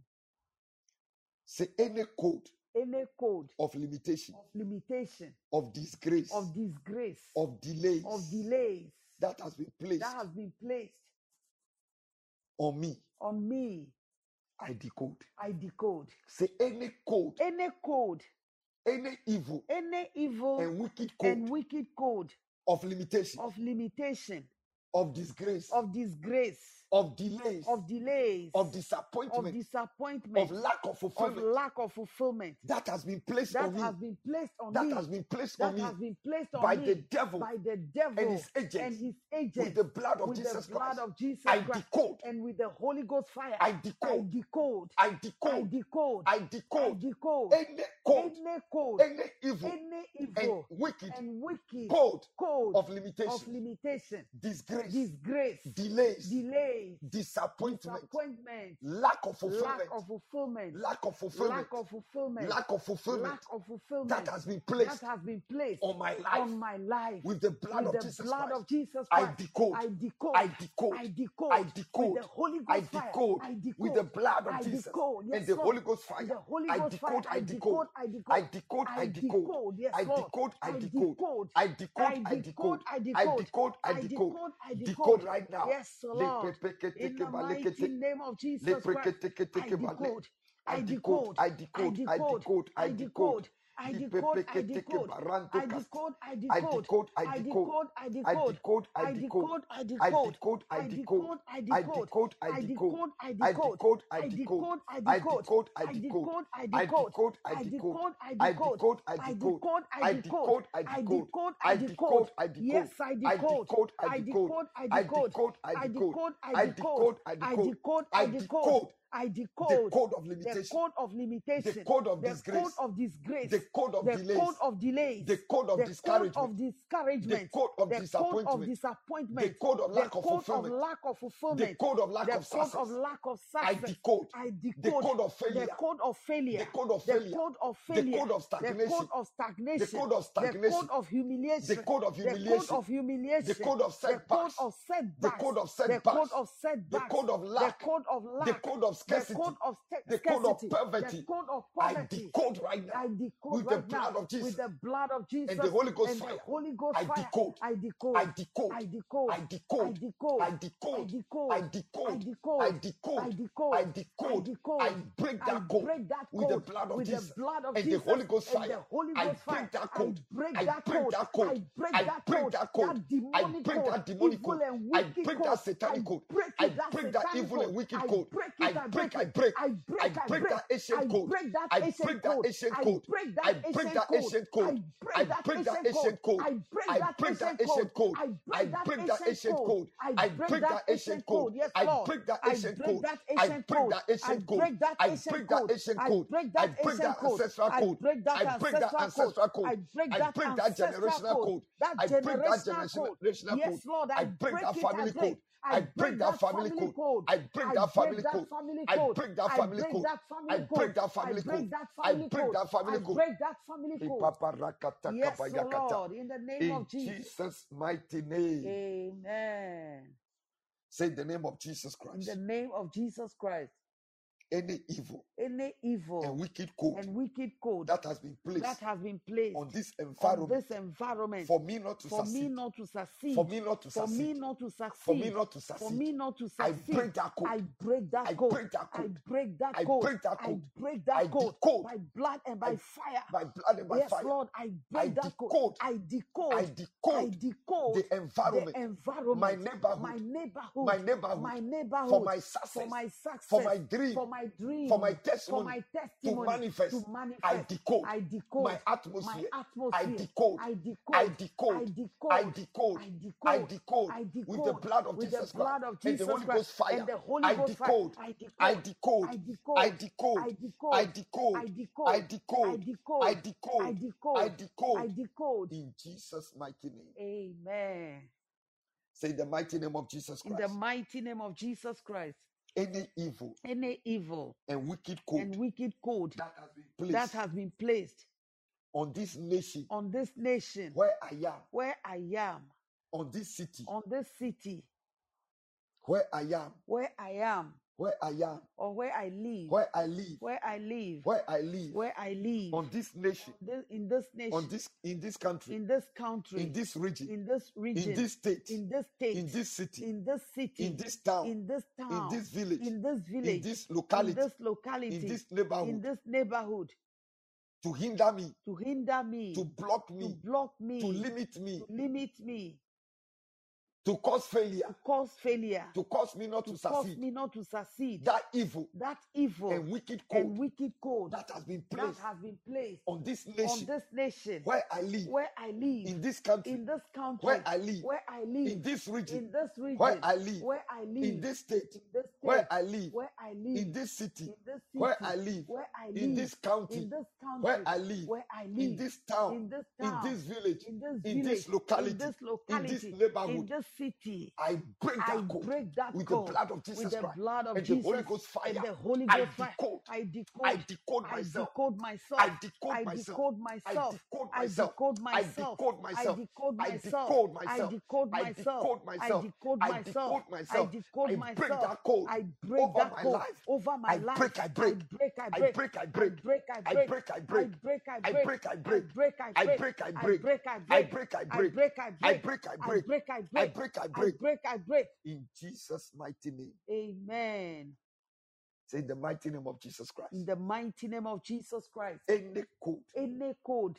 Speaker 2: Say any code
Speaker 3: Any code
Speaker 2: of limitation,
Speaker 3: of limitation,
Speaker 2: of disgrace,
Speaker 3: of disgrace,
Speaker 2: of
Speaker 3: of
Speaker 2: delays
Speaker 3: delays
Speaker 2: that has been
Speaker 3: that
Speaker 2: placed
Speaker 3: has been placed
Speaker 2: on me,
Speaker 3: on me,
Speaker 2: I decode.
Speaker 3: I decode.
Speaker 2: Say any code,
Speaker 3: Any code,
Speaker 2: any evil
Speaker 3: any evil
Speaker 2: and wicked
Speaker 3: and
Speaker 2: code
Speaker 3: wicked code
Speaker 2: of limitation,
Speaker 3: of limitation,
Speaker 2: of disgrace,
Speaker 3: of disgrace,
Speaker 2: of delays,
Speaker 3: of delays,
Speaker 2: of
Speaker 3: of
Speaker 2: disappointment, of
Speaker 3: disappointment,
Speaker 2: lack of
Speaker 3: of
Speaker 2: fulfillment
Speaker 3: lack of fulfillment
Speaker 2: that has been placed
Speaker 3: that
Speaker 2: on me,
Speaker 3: has been placed on
Speaker 2: that
Speaker 3: me,
Speaker 2: has been placed
Speaker 3: that
Speaker 2: on me
Speaker 3: has been placed on
Speaker 2: by the
Speaker 3: me
Speaker 2: devil
Speaker 3: by the
Speaker 2: and
Speaker 3: devil
Speaker 2: his
Speaker 3: and
Speaker 2: agents
Speaker 3: his
Speaker 2: with
Speaker 3: agents
Speaker 2: the blood of
Speaker 3: with the
Speaker 2: Jesus
Speaker 3: blood
Speaker 2: Christ.
Speaker 3: of Jesus
Speaker 2: I
Speaker 3: Christ
Speaker 2: decode,
Speaker 3: and with the Holy Ghost fire.
Speaker 2: I
Speaker 3: I
Speaker 2: decode,
Speaker 3: decode,
Speaker 2: I
Speaker 3: I
Speaker 2: decode,
Speaker 3: decode,
Speaker 2: I
Speaker 3: I
Speaker 2: decode
Speaker 3: decode
Speaker 2: any code,
Speaker 3: any code,
Speaker 2: any evil
Speaker 3: any
Speaker 2: and
Speaker 3: evil
Speaker 2: wicked
Speaker 3: and wicked
Speaker 2: code
Speaker 3: code
Speaker 2: of
Speaker 3: of
Speaker 2: limitation,
Speaker 3: limitation,
Speaker 2: disgrace,
Speaker 3: disgrace,
Speaker 2: delays,
Speaker 3: delays,
Speaker 2: disappointment,
Speaker 3: disappointment,
Speaker 2: lack of
Speaker 3: lack
Speaker 2: fulfillment,
Speaker 3: of fulfillment,
Speaker 2: lack of
Speaker 3: lack
Speaker 2: fulfillment,
Speaker 3: of fulfillment,
Speaker 2: lack of
Speaker 3: lack
Speaker 2: fulfillment
Speaker 3: of
Speaker 2: that
Speaker 3: fulfillment
Speaker 2: has been
Speaker 3: that
Speaker 2: placed
Speaker 3: has been placed
Speaker 2: on my life
Speaker 3: on my life
Speaker 2: with the blood
Speaker 3: with
Speaker 2: of
Speaker 3: the
Speaker 2: Jesus
Speaker 3: blood
Speaker 2: Christ.
Speaker 3: of Jesus
Speaker 2: I
Speaker 3: Christ.
Speaker 2: decode,
Speaker 3: I
Speaker 2: I
Speaker 3: decode,
Speaker 2: decode,
Speaker 3: I
Speaker 2: I
Speaker 3: decode with the
Speaker 2: decode,
Speaker 3: Holy
Speaker 2: I
Speaker 3: Ghost fire.
Speaker 2: decode
Speaker 3: I
Speaker 2: with the
Speaker 3: decode,
Speaker 2: blood of
Speaker 3: I
Speaker 2: Jesus
Speaker 3: decode, yes,
Speaker 2: and the
Speaker 3: Lord,
Speaker 2: Holy Ghost fire.
Speaker 3: and the Holy
Speaker 2: I
Speaker 3: Ghost fire.
Speaker 2: decode, I
Speaker 3: I
Speaker 2: decode,
Speaker 3: decode, I
Speaker 2: I
Speaker 3: decode,
Speaker 2: decode, I
Speaker 3: I
Speaker 2: decode,
Speaker 3: decode, yes,
Speaker 2: I
Speaker 3: Lord,
Speaker 2: decode, I
Speaker 3: I
Speaker 2: decode,
Speaker 3: decode,
Speaker 2: I decode,
Speaker 3: I
Speaker 2: I
Speaker 3: decode,
Speaker 2: decode,
Speaker 3: I
Speaker 2: I
Speaker 3: decode,
Speaker 2: decode, I
Speaker 3: I
Speaker 2: decode,
Speaker 3: decode, I
Speaker 2: decode
Speaker 3: decode,
Speaker 2: right now.
Speaker 3: yes, Lord, in the mighty
Speaker 2: Lepreketekebaleketek.
Speaker 3: name of Jesus Christ. I
Speaker 2: Lepreketekekebale.
Speaker 3: decode,
Speaker 2: I
Speaker 3: I
Speaker 2: decode,
Speaker 3: decode,
Speaker 2: I
Speaker 3: I
Speaker 2: decode, I
Speaker 3: decode,
Speaker 2: decode, I
Speaker 3: I
Speaker 2: decode.
Speaker 3: decode, I decode, I decode,
Speaker 2: Lipepeketekebaranto
Speaker 3: I
Speaker 2: kasta.
Speaker 3: decode, I
Speaker 2: I
Speaker 3: decode,
Speaker 2: decode, I
Speaker 3: I
Speaker 2: decode,
Speaker 3: decode, I
Speaker 2: I
Speaker 3: decode,
Speaker 2: decode, I
Speaker 3: I
Speaker 2: decode,
Speaker 3: decode, I
Speaker 2: I
Speaker 3: decode,
Speaker 2: decode, I decode,
Speaker 3: I decode, I
Speaker 2: I
Speaker 3: decode,
Speaker 2: decode, I decode,
Speaker 3: I decode, I
Speaker 2: I
Speaker 3: decode,
Speaker 2: decode, I
Speaker 3: I
Speaker 2: decode,
Speaker 3: decode, I
Speaker 2: I
Speaker 3: decode,
Speaker 2: decode, I
Speaker 3: I
Speaker 2: decode, I decode, I decode, I decode, I decode,
Speaker 3: decode, I decode, I decode, I decode, I decode,
Speaker 2: I decode, I
Speaker 3: I decode, I
Speaker 2: decode,
Speaker 3: decode, I
Speaker 2: I
Speaker 3: decode.
Speaker 2: decode, I
Speaker 3: Yes,
Speaker 2: decode,
Speaker 3: I
Speaker 2: I
Speaker 3: decode,
Speaker 2: decode, I
Speaker 3: I
Speaker 2: decode,
Speaker 3: decode,
Speaker 2: I
Speaker 3: I decode,
Speaker 2: decode, I
Speaker 3: I
Speaker 2: decode,
Speaker 3: decode, I
Speaker 2: I decode, I decode,
Speaker 3: decode, I decode, I
Speaker 2: I
Speaker 3: decode,
Speaker 2: decode
Speaker 3: I
Speaker 2: the
Speaker 3: decode
Speaker 2: code of
Speaker 3: the
Speaker 2: limitation,
Speaker 3: code of
Speaker 2: the
Speaker 3: limitation,
Speaker 2: code of
Speaker 3: the code
Speaker 2: disgrace,
Speaker 3: of
Speaker 2: the
Speaker 3: disgrace,
Speaker 2: code of
Speaker 3: the code
Speaker 2: delays,
Speaker 3: of delays,
Speaker 2: the code of
Speaker 3: the code
Speaker 2: discouragement,
Speaker 3: of
Speaker 2: the
Speaker 3: discouragement,
Speaker 2: code of
Speaker 3: the code of
Speaker 2: disappointment, the
Speaker 3: disappointment,
Speaker 2: code of
Speaker 3: the
Speaker 2: lack of
Speaker 3: code of
Speaker 2: fulfillment,
Speaker 3: lack of
Speaker 2: the
Speaker 3: fulfillment,
Speaker 2: code of lack
Speaker 3: the
Speaker 2: of
Speaker 3: code of
Speaker 2: success.
Speaker 3: lack of
Speaker 2: I
Speaker 3: success.
Speaker 2: decode
Speaker 3: I
Speaker 2: the
Speaker 3: decode
Speaker 2: code of
Speaker 3: the
Speaker 2: failure,
Speaker 3: code of
Speaker 2: the
Speaker 3: failure,
Speaker 2: code of
Speaker 3: the
Speaker 2: failure,
Speaker 3: code of
Speaker 2: the
Speaker 3: failure,
Speaker 2: code of
Speaker 3: the code
Speaker 2: stagnation, the
Speaker 3: of stagnation,
Speaker 2: code of
Speaker 3: the code
Speaker 2: stagnation,
Speaker 3: of
Speaker 2: the
Speaker 3: humiliation,
Speaker 2: code of
Speaker 3: the code
Speaker 2: humiliation,
Speaker 3: of
Speaker 2: the
Speaker 3: humiliation,
Speaker 2: code of
Speaker 3: the code
Speaker 2: setbacks,
Speaker 3: of
Speaker 2: the code
Speaker 3: setbacks,
Speaker 2: of
Speaker 3: the code
Speaker 2: setbacks,
Speaker 3: of
Speaker 2: the
Speaker 3: setbacks,
Speaker 2: code of
Speaker 3: the
Speaker 2: lack,
Speaker 3: code of
Speaker 2: the
Speaker 3: lack,
Speaker 2: code of
Speaker 3: the code
Speaker 2: scarcity,
Speaker 3: of sca-
Speaker 2: the code of
Speaker 3: scarcity,
Speaker 2: poverty.
Speaker 3: the code of
Speaker 2: I
Speaker 3: poverty.
Speaker 2: decode right now
Speaker 3: I decode
Speaker 2: with the
Speaker 3: right now
Speaker 2: blood of
Speaker 3: with
Speaker 2: Jesus
Speaker 3: the blood of
Speaker 2: and the
Speaker 3: Jesus
Speaker 2: Holy Ghost
Speaker 3: and the
Speaker 2: fire.
Speaker 3: Holy Ghost
Speaker 2: I
Speaker 3: fire.
Speaker 2: decode,
Speaker 3: I
Speaker 2: I
Speaker 3: decode,
Speaker 2: decode,
Speaker 3: I decode,
Speaker 2: I
Speaker 3: I
Speaker 2: decode, I
Speaker 3: decode, I
Speaker 2: decode, I
Speaker 3: decode, I
Speaker 2: decode, I
Speaker 3: decode, I
Speaker 2: decode, I
Speaker 3: decode, I
Speaker 2: decode. I
Speaker 3: decode.
Speaker 2: break
Speaker 3: I
Speaker 2: that code
Speaker 3: break that
Speaker 2: with the
Speaker 3: code
Speaker 2: blood of
Speaker 3: with the
Speaker 2: Jesus
Speaker 3: blood
Speaker 2: and
Speaker 3: of
Speaker 2: the
Speaker 3: Jesus
Speaker 2: Holy Ghost
Speaker 3: and
Speaker 2: fire.
Speaker 3: the Holy
Speaker 2: I
Speaker 3: Ghost fire.
Speaker 2: break that
Speaker 3: I
Speaker 2: code.
Speaker 3: break
Speaker 2: I
Speaker 3: that
Speaker 2: break
Speaker 3: code.
Speaker 2: that
Speaker 3: I
Speaker 2: code.
Speaker 3: break
Speaker 2: I
Speaker 3: that
Speaker 2: break
Speaker 3: code,
Speaker 2: that code.
Speaker 3: that
Speaker 2: I
Speaker 3: demonic
Speaker 2: break
Speaker 3: code,
Speaker 2: that demonic
Speaker 3: evil
Speaker 2: code.
Speaker 3: and
Speaker 2: I
Speaker 3: wicked
Speaker 2: break
Speaker 3: code.
Speaker 2: that
Speaker 3: I
Speaker 2: satanic code.
Speaker 3: break
Speaker 2: I
Speaker 3: it, that
Speaker 2: break that
Speaker 3: satanic
Speaker 2: evil
Speaker 3: code.
Speaker 2: and wicked
Speaker 3: I
Speaker 2: code.
Speaker 3: break it,
Speaker 2: I
Speaker 3: I
Speaker 2: break,
Speaker 3: break
Speaker 2: I
Speaker 3: it.
Speaker 2: break,
Speaker 3: I
Speaker 2: I
Speaker 3: break, I
Speaker 2: break
Speaker 3: break.
Speaker 2: that ancient
Speaker 3: I
Speaker 2: code.
Speaker 3: break that
Speaker 2: I
Speaker 3: ancient
Speaker 2: break that
Speaker 3: code.
Speaker 2: ancient
Speaker 3: I
Speaker 2: code.
Speaker 3: break that
Speaker 2: I break
Speaker 3: ancient
Speaker 2: that
Speaker 3: code.
Speaker 2: ancient
Speaker 3: I
Speaker 2: code. I
Speaker 3: break that
Speaker 2: break that
Speaker 3: ancient code.
Speaker 2: ancient code.
Speaker 3: I break
Speaker 2: I
Speaker 3: that
Speaker 2: break that
Speaker 3: ancient code.
Speaker 2: ancient code.
Speaker 3: I
Speaker 2: I
Speaker 3: break that
Speaker 2: break that
Speaker 3: ancient
Speaker 2: ancient
Speaker 3: code.
Speaker 2: code.
Speaker 3: I
Speaker 2: I
Speaker 3: break
Speaker 2: break
Speaker 3: that
Speaker 2: that ancient
Speaker 3: ancient
Speaker 2: code.
Speaker 3: code. Yes,
Speaker 2: I
Speaker 3: Lord.
Speaker 2: break that
Speaker 3: I
Speaker 2: ancient
Speaker 3: break
Speaker 2: code.
Speaker 3: that
Speaker 2: I
Speaker 3: ancient
Speaker 2: break
Speaker 3: code.
Speaker 2: that
Speaker 3: I
Speaker 2: ancient code.
Speaker 3: break that
Speaker 2: I
Speaker 3: ancient
Speaker 2: break that
Speaker 3: code.
Speaker 2: ancient
Speaker 3: I
Speaker 2: code.
Speaker 3: break
Speaker 2: I
Speaker 3: that
Speaker 2: break that
Speaker 3: ancient code.
Speaker 2: ancestral
Speaker 3: I
Speaker 2: code.
Speaker 3: break that
Speaker 2: I break that
Speaker 3: ancestral code.
Speaker 2: ancestral code.
Speaker 3: I break
Speaker 2: I
Speaker 3: that
Speaker 2: break that
Speaker 3: ancestral
Speaker 2: generational
Speaker 3: code.
Speaker 2: code.
Speaker 3: That
Speaker 2: I break that
Speaker 3: generational code.
Speaker 2: generational
Speaker 3: Yes,
Speaker 2: code.
Speaker 3: Lord.
Speaker 2: I
Speaker 3: I
Speaker 2: break
Speaker 3: break
Speaker 2: that
Speaker 3: it. I
Speaker 2: family
Speaker 3: break.
Speaker 2: code.
Speaker 3: I
Speaker 2: I break
Speaker 3: break
Speaker 2: that
Speaker 3: that
Speaker 2: family
Speaker 3: family
Speaker 2: code.
Speaker 3: code.
Speaker 2: I break
Speaker 3: I
Speaker 2: that
Speaker 3: break
Speaker 2: family
Speaker 3: that
Speaker 2: code.
Speaker 3: family
Speaker 2: I
Speaker 3: code.
Speaker 2: break that
Speaker 3: I
Speaker 2: family
Speaker 3: break
Speaker 2: code.
Speaker 3: that
Speaker 2: I
Speaker 3: family code.
Speaker 2: break that
Speaker 3: I
Speaker 2: family code.
Speaker 3: break that
Speaker 2: I
Speaker 3: family
Speaker 2: break
Speaker 3: code.
Speaker 2: that
Speaker 3: I
Speaker 2: family code.
Speaker 3: break that family
Speaker 2: Eh,
Speaker 3: code.
Speaker 2: Papa Rakata
Speaker 3: Yes,
Speaker 2: Kapa
Speaker 3: O
Speaker 2: Yakata.
Speaker 3: Lord, in the name
Speaker 2: In
Speaker 3: of Jesus.
Speaker 2: Jesus' mighty name.
Speaker 3: Amen.
Speaker 2: Say the name of Jesus
Speaker 3: In the
Speaker 2: Christ.
Speaker 3: name of Jesus Christ,
Speaker 2: Any evil
Speaker 3: any
Speaker 2: and
Speaker 3: evil
Speaker 2: wicked code
Speaker 3: and wicked code
Speaker 2: that has been
Speaker 3: that
Speaker 2: placed
Speaker 3: has been placed
Speaker 2: on this
Speaker 3: on
Speaker 2: environment
Speaker 3: this environment
Speaker 2: for me not to
Speaker 3: for me
Speaker 2: succeed,
Speaker 3: not to
Speaker 2: for
Speaker 3: succeed,
Speaker 2: me not to
Speaker 3: for me
Speaker 2: succeed,
Speaker 3: not to
Speaker 2: for me
Speaker 3: succeed,
Speaker 2: not to
Speaker 3: for
Speaker 2: succeed.
Speaker 3: me not to
Speaker 2: I
Speaker 3: succeed.
Speaker 2: break that code.
Speaker 3: I break that
Speaker 2: I
Speaker 3: code.
Speaker 2: break that
Speaker 3: I
Speaker 2: code.
Speaker 3: break that
Speaker 2: I
Speaker 3: code.
Speaker 2: break that
Speaker 3: I
Speaker 2: code.
Speaker 3: break that
Speaker 2: I
Speaker 3: code
Speaker 2: decode.
Speaker 3: by blood and
Speaker 2: I
Speaker 3: by fire.
Speaker 2: by blood and by
Speaker 3: Yes,
Speaker 2: fire.
Speaker 3: Lord, I
Speaker 2: I
Speaker 3: break that code.
Speaker 2: decode.
Speaker 3: I
Speaker 2: I
Speaker 3: decode. I
Speaker 2: decode
Speaker 3: decode
Speaker 2: the
Speaker 3: the
Speaker 2: environment, my
Speaker 3: environment, my
Speaker 2: neighborhood, my
Speaker 3: neighborhood,
Speaker 2: neighborhood
Speaker 3: my
Speaker 2: for
Speaker 3: neighborhood
Speaker 2: my
Speaker 3: for
Speaker 2: success,
Speaker 3: my
Speaker 2: for my
Speaker 3: success,
Speaker 2: dream,
Speaker 3: for my
Speaker 2: for my
Speaker 3: dream, for
Speaker 2: testimony
Speaker 3: my
Speaker 2: to
Speaker 3: testimony to
Speaker 2: manifest. I
Speaker 3: manifest.
Speaker 2: decode
Speaker 3: I
Speaker 2: my
Speaker 3: decode my
Speaker 2: atmosphere. I
Speaker 3: atmosphere.
Speaker 2: decode.
Speaker 3: I
Speaker 2: I
Speaker 3: decode. I
Speaker 2: decode. I
Speaker 3: decode.
Speaker 2: decode.
Speaker 3: I
Speaker 2: I
Speaker 3: decode.
Speaker 2: decode
Speaker 3: I
Speaker 2: with the
Speaker 3: decode
Speaker 2: blood of
Speaker 3: with the
Speaker 2: Jesus Christ
Speaker 3: blood of
Speaker 2: and the
Speaker 3: Jesus
Speaker 2: Holy
Speaker 3: Christ
Speaker 2: Ghost fire.
Speaker 3: and the Holy
Speaker 2: I
Speaker 3: Ghost fire.
Speaker 2: decode.
Speaker 3: I
Speaker 2: I
Speaker 3: decode.
Speaker 2: decode.
Speaker 3: I
Speaker 2: I
Speaker 3: decode.
Speaker 2: decode.
Speaker 3: I
Speaker 2: I
Speaker 3: decode. I
Speaker 2: decode. I
Speaker 3: decode. I
Speaker 2: decode. I
Speaker 3: decode. I
Speaker 2: decode. I
Speaker 3: decode. I
Speaker 2: decode
Speaker 3: decode.
Speaker 2: in Jesus' mighty name.
Speaker 3: Amen.
Speaker 2: Say the mighty name of Jesus
Speaker 3: In the
Speaker 2: Christ.
Speaker 3: mighty name of Jesus Christ,
Speaker 2: Any evil
Speaker 3: any evil
Speaker 2: and wicked
Speaker 3: and
Speaker 2: code
Speaker 3: wicked code
Speaker 2: that has been
Speaker 3: that
Speaker 2: placed
Speaker 3: has been placed
Speaker 2: on this nation,
Speaker 3: on this nation,
Speaker 2: where I am,
Speaker 3: where I am,
Speaker 2: on this city,
Speaker 3: on this city,
Speaker 2: where I am,
Speaker 3: where I am,
Speaker 2: where I am,
Speaker 3: or where I live,
Speaker 2: where I live,
Speaker 3: where I live,
Speaker 2: where I live,
Speaker 3: where I live,
Speaker 2: on this nation,
Speaker 3: this, in this
Speaker 2: on
Speaker 3: nation,
Speaker 2: this in this country,
Speaker 3: in this
Speaker 2: in
Speaker 3: country,
Speaker 2: this region,
Speaker 3: in this
Speaker 2: in
Speaker 3: region,
Speaker 2: this state,
Speaker 3: in this state,
Speaker 2: in this city,
Speaker 3: in this
Speaker 2: in
Speaker 3: city,
Speaker 2: this town,
Speaker 3: in this
Speaker 2: in
Speaker 3: town,
Speaker 2: this village,
Speaker 3: in this
Speaker 2: in
Speaker 3: village,
Speaker 2: this
Speaker 3: in
Speaker 2: locality,
Speaker 3: this
Speaker 2: in
Speaker 3: locality,
Speaker 2: this
Speaker 3: in
Speaker 2: neighborhood,
Speaker 3: this neighborhood
Speaker 2: to hinder me,
Speaker 3: to hinder
Speaker 2: to
Speaker 3: me,
Speaker 2: block
Speaker 3: to
Speaker 2: me,
Speaker 3: block
Speaker 2: to
Speaker 3: me,
Speaker 2: limit me,
Speaker 3: to limit me,
Speaker 2: to cause failure,
Speaker 3: to cause failure,
Speaker 2: to cause me not
Speaker 3: to
Speaker 2: to
Speaker 3: cause
Speaker 2: succeed.
Speaker 3: me not to succeed.
Speaker 2: That evil
Speaker 3: That evil
Speaker 2: and wicked
Speaker 3: and
Speaker 2: code
Speaker 3: wicked code
Speaker 2: that has been
Speaker 3: that
Speaker 2: placed
Speaker 3: has been placed
Speaker 2: on this
Speaker 3: on
Speaker 2: nation
Speaker 3: this nation
Speaker 2: where I live,
Speaker 3: where I live,
Speaker 2: in this country
Speaker 3: in this
Speaker 2: where
Speaker 3: country
Speaker 2: I live,
Speaker 3: where I live,
Speaker 2: in this region
Speaker 3: in this
Speaker 2: where
Speaker 3: region
Speaker 2: I live,
Speaker 3: where I
Speaker 2: in
Speaker 3: live,
Speaker 2: this state
Speaker 3: in this
Speaker 2: where
Speaker 3: state
Speaker 2: I live,
Speaker 3: where I
Speaker 2: in
Speaker 3: live,
Speaker 2: this city
Speaker 3: in this
Speaker 2: where
Speaker 3: city
Speaker 2: I live,
Speaker 3: where I
Speaker 2: in
Speaker 3: live,
Speaker 2: this county
Speaker 3: in this
Speaker 2: where
Speaker 3: country
Speaker 2: I live,
Speaker 3: where I
Speaker 2: in
Speaker 3: live,
Speaker 2: this town,
Speaker 3: in this
Speaker 2: in
Speaker 3: town,
Speaker 2: this village,
Speaker 3: in this
Speaker 2: in
Speaker 3: village,
Speaker 2: this
Speaker 3: in
Speaker 2: locality, in
Speaker 3: this
Speaker 2: this
Speaker 3: locality, in
Speaker 2: neighborhood.
Speaker 3: this city.
Speaker 2: I break
Speaker 3: I
Speaker 2: that code
Speaker 3: break that
Speaker 2: with the
Speaker 3: code
Speaker 2: blood of
Speaker 3: with
Speaker 2: Jesus
Speaker 3: the
Speaker 2: Christ
Speaker 3: blood of
Speaker 2: and the Holy
Speaker 3: Jesus
Speaker 2: Ghost fire.
Speaker 3: and the Holy
Speaker 2: I
Speaker 3: Ghost fire.
Speaker 2: decode.
Speaker 3: I
Speaker 2: I
Speaker 3: decode,
Speaker 2: decode
Speaker 3: I
Speaker 2: myself.
Speaker 3: decode
Speaker 2: I
Speaker 3: myself,
Speaker 2: decode
Speaker 3: I
Speaker 2: myself.
Speaker 3: decode
Speaker 2: I
Speaker 3: myself,
Speaker 2: decode
Speaker 3: I
Speaker 2: myself.
Speaker 3: decode
Speaker 2: I
Speaker 3: myself,
Speaker 2: decode
Speaker 3: I
Speaker 2: myself.
Speaker 3: decode
Speaker 2: I
Speaker 3: myself,
Speaker 2: decode
Speaker 3: I
Speaker 2: myself.
Speaker 3: decode
Speaker 2: I
Speaker 3: myself,
Speaker 2: decode
Speaker 3: I
Speaker 2: myself.
Speaker 3: decode
Speaker 2: I
Speaker 3: myself,
Speaker 2: decode
Speaker 3: I
Speaker 2: myself.
Speaker 3: decode
Speaker 2: I break
Speaker 3: myself,
Speaker 2: that code
Speaker 3: I break
Speaker 2: over
Speaker 3: that
Speaker 2: my
Speaker 3: code
Speaker 2: life.
Speaker 3: over my
Speaker 2: I
Speaker 3: life.
Speaker 2: break, I
Speaker 3: I
Speaker 2: break.
Speaker 3: break, I
Speaker 2: I
Speaker 3: break,
Speaker 2: break, I
Speaker 3: I
Speaker 2: break.
Speaker 3: break, I
Speaker 2: I
Speaker 3: break,
Speaker 2: break, I
Speaker 3: I
Speaker 2: break.
Speaker 3: break, I
Speaker 2: I
Speaker 3: break,
Speaker 2: break, I
Speaker 3: I
Speaker 2: break.
Speaker 3: break, I
Speaker 2: I
Speaker 3: break,
Speaker 2: break, I
Speaker 3: I
Speaker 2: break.
Speaker 3: break, I
Speaker 2: I
Speaker 3: break,
Speaker 2: break, I
Speaker 3: I
Speaker 2: break. I break,
Speaker 3: break, I break,
Speaker 2: I
Speaker 3: I
Speaker 2: break.
Speaker 3: break, I
Speaker 2: I
Speaker 3: break,
Speaker 2: break, I
Speaker 3: I
Speaker 2: break.
Speaker 3: break, I break.
Speaker 2: In Jesus' mighty name.
Speaker 3: Amen.
Speaker 2: Say the mighty name of Jesus
Speaker 3: in
Speaker 2: Christ.
Speaker 3: the mighty name of Jesus Christ.
Speaker 2: Any code
Speaker 3: Any code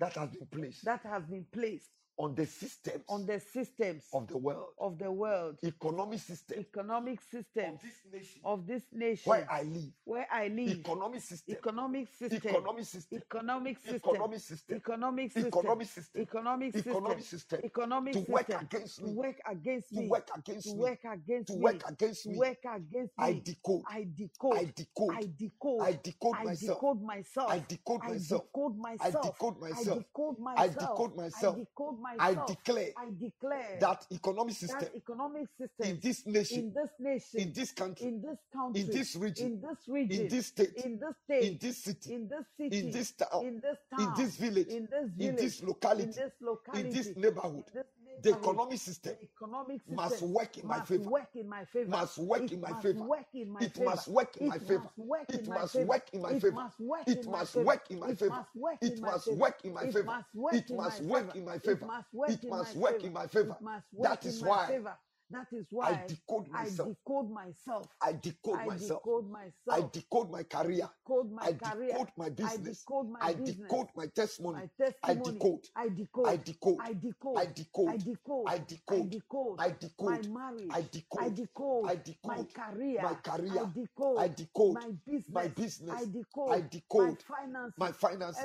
Speaker 2: that has been placed
Speaker 3: that has been placed
Speaker 2: on the systems
Speaker 3: on the systems
Speaker 2: of the world,
Speaker 3: of the world,
Speaker 2: economic system
Speaker 3: economic
Speaker 2: of
Speaker 3: systems
Speaker 2: this nation,
Speaker 3: of this
Speaker 2: where
Speaker 3: nation
Speaker 2: I live,
Speaker 3: where I live,
Speaker 2: economic system,
Speaker 3: economic system,
Speaker 2: economic system,
Speaker 3: economic system,
Speaker 2: economic system,
Speaker 3: economic system,
Speaker 2: economic system,
Speaker 3: economic system,
Speaker 2: economic system
Speaker 3: economic
Speaker 2: to work
Speaker 3: system
Speaker 2: against
Speaker 3: to
Speaker 2: me,
Speaker 3: work against
Speaker 2: to
Speaker 3: me,
Speaker 2: work
Speaker 3: to
Speaker 2: against me,
Speaker 3: work against
Speaker 2: to work
Speaker 3: me,
Speaker 2: against
Speaker 3: to
Speaker 2: me.
Speaker 3: work against
Speaker 2: I
Speaker 3: me.
Speaker 2: decode,
Speaker 3: I decode,
Speaker 2: I decode,
Speaker 3: I decode,
Speaker 2: I decode
Speaker 3: I
Speaker 2: myself,
Speaker 3: decode
Speaker 2: I
Speaker 3: myself,
Speaker 2: decode
Speaker 3: I
Speaker 2: myself,
Speaker 3: decode
Speaker 2: I
Speaker 3: myself,
Speaker 2: decode
Speaker 3: I
Speaker 2: myself,
Speaker 3: decode
Speaker 2: I
Speaker 3: myself,
Speaker 2: decode
Speaker 3: I
Speaker 2: myself.
Speaker 3: decode
Speaker 2: I
Speaker 3: myself.
Speaker 2: declare
Speaker 3: I declare
Speaker 2: that economic
Speaker 3: that
Speaker 2: system
Speaker 3: economic
Speaker 2: in
Speaker 3: systems
Speaker 2: this nation,
Speaker 3: in this
Speaker 2: in
Speaker 3: nation,
Speaker 2: this country,
Speaker 3: in this
Speaker 2: in
Speaker 3: country,
Speaker 2: this region,
Speaker 3: in this
Speaker 2: in
Speaker 3: region,
Speaker 2: this state,
Speaker 3: in this
Speaker 2: in
Speaker 3: state,
Speaker 2: this city,
Speaker 3: in this
Speaker 2: in
Speaker 3: city,
Speaker 2: this town,
Speaker 3: in this
Speaker 2: in
Speaker 3: town,
Speaker 2: this village,
Speaker 3: in this
Speaker 2: in
Speaker 3: village,
Speaker 2: this
Speaker 3: in
Speaker 2: locality,
Speaker 3: this
Speaker 2: in this
Speaker 3: locality,
Speaker 2: neighborhood,
Speaker 3: in this
Speaker 2: the
Speaker 3: neighborhood,
Speaker 2: economic
Speaker 3: the
Speaker 2: system
Speaker 3: economic
Speaker 2: must
Speaker 3: systems
Speaker 2: work in my
Speaker 3: must
Speaker 2: favor,
Speaker 3: work in my favor.
Speaker 2: must work
Speaker 3: It
Speaker 2: in my
Speaker 3: must
Speaker 2: favor,
Speaker 3: work in my
Speaker 2: it
Speaker 3: favor.
Speaker 2: must work in
Speaker 3: It
Speaker 2: my favor,
Speaker 3: must work
Speaker 2: it
Speaker 3: in my
Speaker 2: must
Speaker 3: favor.
Speaker 2: work in my
Speaker 3: It
Speaker 2: favor,
Speaker 3: must work
Speaker 2: it
Speaker 3: in my
Speaker 2: must
Speaker 3: favor.
Speaker 2: work in my
Speaker 3: It
Speaker 2: favor,
Speaker 3: must work
Speaker 2: it
Speaker 3: in my
Speaker 2: must
Speaker 3: favor.
Speaker 2: work in my
Speaker 3: It
Speaker 2: favor,
Speaker 3: must
Speaker 2: it
Speaker 3: work in my
Speaker 2: must work in my favor,
Speaker 3: favor. It must work
Speaker 2: it must work in
Speaker 3: in my favor.
Speaker 2: my
Speaker 3: It
Speaker 2: favor.
Speaker 3: must work
Speaker 2: That
Speaker 3: in
Speaker 2: is
Speaker 3: my
Speaker 2: why
Speaker 3: favor. That is
Speaker 2: I
Speaker 3: why
Speaker 2: decode
Speaker 3: I
Speaker 2: myself.
Speaker 3: decode myself.
Speaker 2: I decode
Speaker 3: I
Speaker 2: myself.
Speaker 3: decode
Speaker 2: I
Speaker 3: myself.
Speaker 2: decode my
Speaker 3: I
Speaker 2: career.
Speaker 3: decode my
Speaker 2: I
Speaker 3: career.
Speaker 2: decode my
Speaker 3: I
Speaker 2: business.
Speaker 3: decode my
Speaker 2: I
Speaker 3: business,
Speaker 2: decode my testimony.
Speaker 3: my
Speaker 2: I
Speaker 3: testimony.
Speaker 2: decode.
Speaker 3: I
Speaker 2: I
Speaker 3: decode.
Speaker 2: decode.
Speaker 3: I
Speaker 2: I
Speaker 3: decode. I
Speaker 2: decode.
Speaker 3: decode.
Speaker 2: I
Speaker 3: I
Speaker 2: decode.
Speaker 3: decode
Speaker 2: I
Speaker 3: my
Speaker 2: decode.
Speaker 3: marriage.
Speaker 2: I
Speaker 3: I
Speaker 2: decode.
Speaker 3: decode
Speaker 2: I
Speaker 3: my
Speaker 2: decode
Speaker 3: career.
Speaker 2: my
Speaker 3: I
Speaker 2: career. I
Speaker 3: decode
Speaker 2: decode
Speaker 3: my
Speaker 2: my
Speaker 3: business. I
Speaker 2: business. I
Speaker 3: decode my
Speaker 2: decode my
Speaker 3: finances.
Speaker 2: finances. I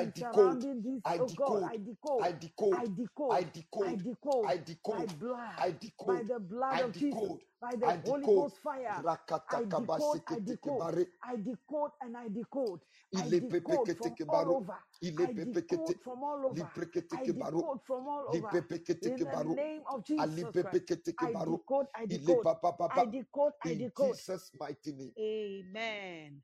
Speaker 3: Everything
Speaker 2: decode.
Speaker 3: surrounding this,
Speaker 2: I
Speaker 3: oh God,
Speaker 2: decode.
Speaker 3: I decode.
Speaker 2: I decode.
Speaker 3: I
Speaker 2: I
Speaker 3: decode. I
Speaker 2: decode.
Speaker 3: decode
Speaker 2: I
Speaker 3: by
Speaker 2: decode.
Speaker 3: blood,
Speaker 2: I
Speaker 3: by by
Speaker 2: decode.
Speaker 3: the blood
Speaker 2: I
Speaker 3: of Jesus,
Speaker 2: decode.
Speaker 3: by the
Speaker 2: I
Speaker 3: Holy
Speaker 2: decode.
Speaker 3: Ghost fire. I decode, I decode,
Speaker 2: Rakatakabaseketekebare.
Speaker 3: I decode, and I decode. I decode from all
Speaker 2: Ilepepeketekebaro.
Speaker 3: over. I decode
Speaker 2: Ilepepekete.
Speaker 3: from all over. I
Speaker 2: Lipreketekebaro.
Speaker 3: decode from all over. In the
Speaker 2: Lipepeketekebaro.
Speaker 3: name of Jesus Christ, I
Speaker 2: Alipepeketekebaro.
Speaker 3: decode, I decode, I
Speaker 2: Ilepapapapa.
Speaker 3: decode, I
Speaker 2: In
Speaker 3: decode.
Speaker 2: Jesus' mighty name.
Speaker 3: Amen.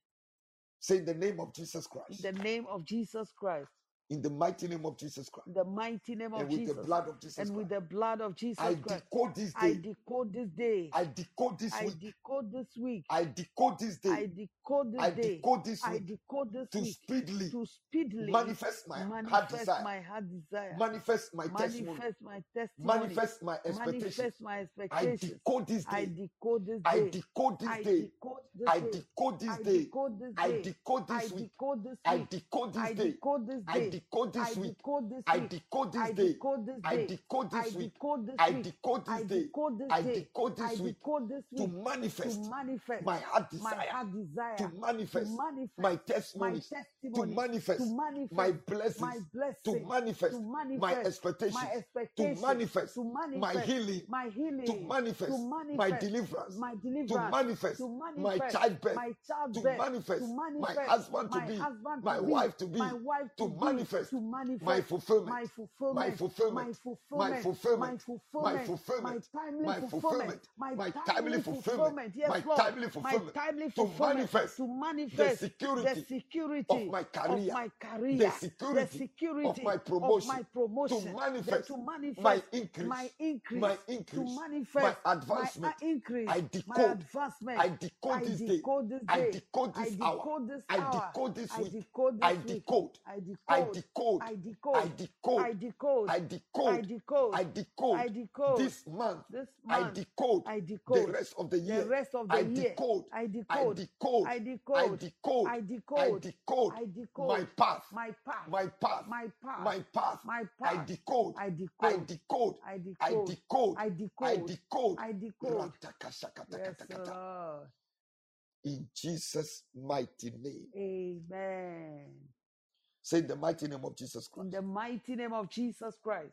Speaker 2: Say in the name of Jesus
Speaker 3: In
Speaker 2: Christ.
Speaker 3: the name of Jesus Christ,
Speaker 2: In the mighty name of Jesus Christ.
Speaker 3: in the mighty name
Speaker 2: And
Speaker 3: of
Speaker 2: with the
Speaker 3: Jesus,
Speaker 2: blood of Jesus
Speaker 3: and with
Speaker 2: Christ.
Speaker 3: the blood of Jesus
Speaker 2: I
Speaker 3: Christ,
Speaker 2: decode this
Speaker 3: I
Speaker 2: day.
Speaker 3: decode this day.
Speaker 2: I decode this
Speaker 3: I
Speaker 2: week.
Speaker 3: decode this week.
Speaker 2: I decode this day.
Speaker 3: I decode this
Speaker 2: I
Speaker 3: day.
Speaker 2: decode this
Speaker 3: I
Speaker 2: week
Speaker 3: decode this
Speaker 2: to
Speaker 3: week
Speaker 2: speedily
Speaker 3: to speedily
Speaker 2: manifest my heart
Speaker 3: manifest
Speaker 2: desire,
Speaker 3: my heart desire,
Speaker 2: manifest my testimony,
Speaker 3: manifest my testimony,
Speaker 2: manifest my expectation.
Speaker 3: manifest my
Speaker 2: I
Speaker 3: expectations.
Speaker 2: decode this
Speaker 3: I
Speaker 2: day.
Speaker 3: decode this
Speaker 2: I
Speaker 3: day.
Speaker 2: decode this
Speaker 3: I
Speaker 2: day.
Speaker 3: decode this
Speaker 2: I
Speaker 3: way.
Speaker 2: decode this
Speaker 3: I
Speaker 2: day.
Speaker 3: decode this
Speaker 2: I
Speaker 3: day.
Speaker 2: decode
Speaker 3: I
Speaker 2: this week.
Speaker 3: decode this
Speaker 2: I
Speaker 3: week.
Speaker 2: decode this
Speaker 3: I
Speaker 2: day.
Speaker 3: decode this
Speaker 2: I
Speaker 3: day.
Speaker 2: decode
Speaker 3: I
Speaker 2: this week.
Speaker 3: decode
Speaker 2: I decode
Speaker 3: this week.
Speaker 2: this
Speaker 3: I
Speaker 2: day.
Speaker 3: decode this
Speaker 2: I
Speaker 3: day.
Speaker 2: decode
Speaker 3: I
Speaker 2: this week.
Speaker 3: decode this
Speaker 2: I
Speaker 3: week.
Speaker 2: decode this
Speaker 3: I
Speaker 2: day.
Speaker 3: decode this
Speaker 2: I
Speaker 3: day.
Speaker 2: decode
Speaker 3: I
Speaker 2: this week
Speaker 3: decode this
Speaker 2: to
Speaker 3: week to
Speaker 2: manifest
Speaker 3: manifest
Speaker 2: my heart
Speaker 3: my
Speaker 2: desire,
Speaker 3: heart
Speaker 2: to
Speaker 3: desire, to
Speaker 2: manifest my
Speaker 3: manifest my
Speaker 2: testimonies, to
Speaker 3: testimonies, to
Speaker 2: manifest my
Speaker 3: manifest my
Speaker 2: blessings, to
Speaker 3: blessings, to
Speaker 2: manifest my
Speaker 3: manifest my
Speaker 2: expectations, to
Speaker 3: expectations,
Speaker 2: manifest
Speaker 3: to
Speaker 2: my
Speaker 3: manifest
Speaker 2: healing,
Speaker 3: my
Speaker 2: to
Speaker 3: healing, to
Speaker 2: manifest my
Speaker 3: manifest
Speaker 2: deliverance,
Speaker 3: my
Speaker 2: to
Speaker 3: deliverance,
Speaker 2: manifest
Speaker 3: to
Speaker 2: my
Speaker 3: manifest
Speaker 2: childbirth,
Speaker 3: my
Speaker 2: to
Speaker 3: childbirth, to
Speaker 2: manifest my
Speaker 3: manifest
Speaker 2: husband to
Speaker 3: my
Speaker 2: be,
Speaker 3: husband to
Speaker 2: my
Speaker 3: be,
Speaker 2: wife to
Speaker 3: my
Speaker 2: be,
Speaker 3: wife
Speaker 2: to
Speaker 3: to be,
Speaker 2: manifest
Speaker 3: to
Speaker 2: my
Speaker 3: manifest
Speaker 2: fulfillment,
Speaker 3: my
Speaker 2: my
Speaker 3: fulfillment, my
Speaker 2: fulfillment, my
Speaker 3: fulfillment, my
Speaker 2: fulfillment, my
Speaker 3: fulfillment, my
Speaker 2: fulfillment,
Speaker 3: timely
Speaker 2: my
Speaker 3: fulfillment,
Speaker 2: fulfillment,
Speaker 3: my
Speaker 2: my timely
Speaker 3: timely
Speaker 2: fulfillment,
Speaker 3: fulfillment. Yes,
Speaker 2: my
Speaker 3: Lord,
Speaker 2: timely
Speaker 3: my
Speaker 2: fulfillment
Speaker 3: timely
Speaker 2: to
Speaker 3: fulfillment
Speaker 2: manifest
Speaker 3: to
Speaker 2: the
Speaker 3: manifest the
Speaker 2: security of
Speaker 3: security
Speaker 2: my
Speaker 3: of
Speaker 2: career,
Speaker 3: my
Speaker 2: the
Speaker 3: career, the
Speaker 2: security of
Speaker 3: security
Speaker 2: my
Speaker 3: of
Speaker 2: promotion,
Speaker 3: my
Speaker 2: to
Speaker 3: promotion, that
Speaker 2: manifest
Speaker 3: to
Speaker 2: my
Speaker 3: manifest my
Speaker 2: increase, my
Speaker 3: increase, to
Speaker 2: increase, my
Speaker 3: manifest my uh,
Speaker 2: advancement.
Speaker 3: increase,
Speaker 2: I
Speaker 3: my
Speaker 2: decode,
Speaker 3: advancement.
Speaker 2: I decode
Speaker 3: I
Speaker 2: this day,
Speaker 3: decode this
Speaker 2: I
Speaker 3: day.
Speaker 2: decode
Speaker 3: I
Speaker 2: this hour,
Speaker 3: decode this
Speaker 2: I
Speaker 3: hour.
Speaker 2: decode this
Speaker 3: I
Speaker 2: week,
Speaker 3: decode
Speaker 2: I
Speaker 3: this week.
Speaker 2: decode,
Speaker 3: I
Speaker 2: I
Speaker 3: decode.
Speaker 2: decode,
Speaker 3: I
Speaker 2: I
Speaker 3: decode. I
Speaker 2: decode,
Speaker 3: decode.
Speaker 2: I
Speaker 3: I
Speaker 2: decode,
Speaker 3: decode.
Speaker 2: I decode
Speaker 3: I decode.
Speaker 2: this month,
Speaker 3: This
Speaker 2: I
Speaker 3: month,
Speaker 2: decode
Speaker 3: I
Speaker 2: the
Speaker 3: decode.
Speaker 2: rest of the
Speaker 3: The
Speaker 2: year,
Speaker 3: rest of the
Speaker 2: I
Speaker 3: year,
Speaker 2: decode,
Speaker 3: I
Speaker 2: I
Speaker 3: decode.
Speaker 2: decode,
Speaker 3: I
Speaker 2: I
Speaker 3: decode.
Speaker 2: decode,
Speaker 3: I
Speaker 2: I
Speaker 3: decode.
Speaker 2: decode
Speaker 3: I
Speaker 2: my
Speaker 3: decode.
Speaker 2: path,
Speaker 3: My path,
Speaker 2: my path,
Speaker 3: my path,
Speaker 2: my path.
Speaker 3: my
Speaker 2: I
Speaker 3: path.
Speaker 2: decode,
Speaker 3: I
Speaker 2: I
Speaker 3: decode.
Speaker 2: decode,
Speaker 3: I
Speaker 2: I
Speaker 3: decode.
Speaker 2: decode,
Speaker 3: I
Speaker 2: I
Speaker 3: decode.
Speaker 2: decode.
Speaker 3: I decode. Yes,
Speaker 2: Ratakashakatakata.
Speaker 3: Lord.
Speaker 2: In Jesus' mighty name.
Speaker 3: Amen.
Speaker 2: Say in the mighty name of Jesus
Speaker 3: In
Speaker 2: Christ.
Speaker 3: the mighty name of Jesus Christ,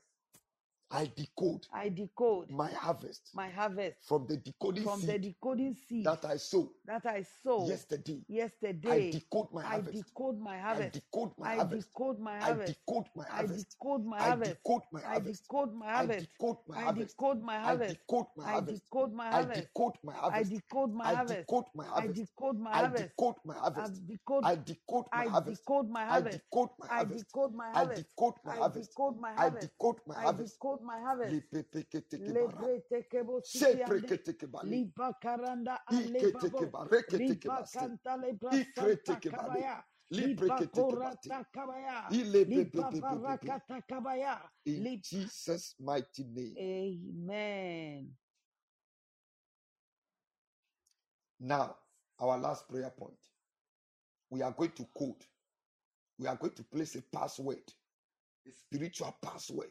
Speaker 2: I decode
Speaker 3: I decode
Speaker 2: my harvest
Speaker 3: my harvest
Speaker 2: from the decoding
Speaker 3: from the
Speaker 2: seed
Speaker 3: decoding seed
Speaker 2: that I sow
Speaker 3: that I sow
Speaker 2: yesterday. I
Speaker 3: yesterday.
Speaker 2: decode my
Speaker 3: I
Speaker 2: harvest.
Speaker 3: decode my
Speaker 2: I
Speaker 3: harvest.
Speaker 2: decode my
Speaker 3: I
Speaker 2: harvest.
Speaker 3: decode my
Speaker 2: I
Speaker 3: harvest.
Speaker 2: decode my
Speaker 3: I
Speaker 2: harvest.
Speaker 3: decode my
Speaker 2: I
Speaker 3: harvest.
Speaker 2: decode my
Speaker 3: I
Speaker 2: harvest.
Speaker 3: decode my
Speaker 2: I
Speaker 3: harvest.
Speaker 2: decode my
Speaker 3: I
Speaker 2: harvest.
Speaker 3: decode my
Speaker 2: I
Speaker 3: harvest.
Speaker 2: decode my
Speaker 3: I
Speaker 2: harvest.
Speaker 3: decode my
Speaker 2: I
Speaker 3: harvest.
Speaker 2: decode my
Speaker 3: I
Speaker 2: harvest.
Speaker 3: decode my
Speaker 2: I
Speaker 3: harvest.
Speaker 2: decode my
Speaker 3: I
Speaker 2: harvest. I decode my harvest.
Speaker 3: decode my harvest. I decode
Speaker 2: I decode my
Speaker 3: I
Speaker 2: harvest.
Speaker 3: decode my
Speaker 2: I
Speaker 3: harvest.
Speaker 2: decode my harvest.
Speaker 3: I decode my
Speaker 2: I
Speaker 3: harvest.
Speaker 2: decode my
Speaker 3: I
Speaker 2: harvest.
Speaker 3: decode my
Speaker 2: I
Speaker 3: harvest.
Speaker 2: decode my
Speaker 3: I
Speaker 2: harvest.
Speaker 3: decode my harvest.
Speaker 2: Lepepeketekebara.
Speaker 3: Lebre tekebo sitiande.
Speaker 2: Sepreketekebale.
Speaker 3: Liba karanda alebabo. Liba
Speaker 2: Iketekebareketekebaste.
Speaker 3: kanta lebra santa
Speaker 2: Ikretekebale.
Speaker 3: kabaya. Liba
Speaker 2: Lipreketekebate.
Speaker 3: korata kabaya. Liba
Speaker 2: Ilepepepepepepe.
Speaker 3: barakata kabaya.
Speaker 2: In
Speaker 3: Lip.
Speaker 2: Jesus' mighty name.
Speaker 3: Amen.
Speaker 2: Now, our last prayer point. We are going to code. We are going to place a password, a spiritual password.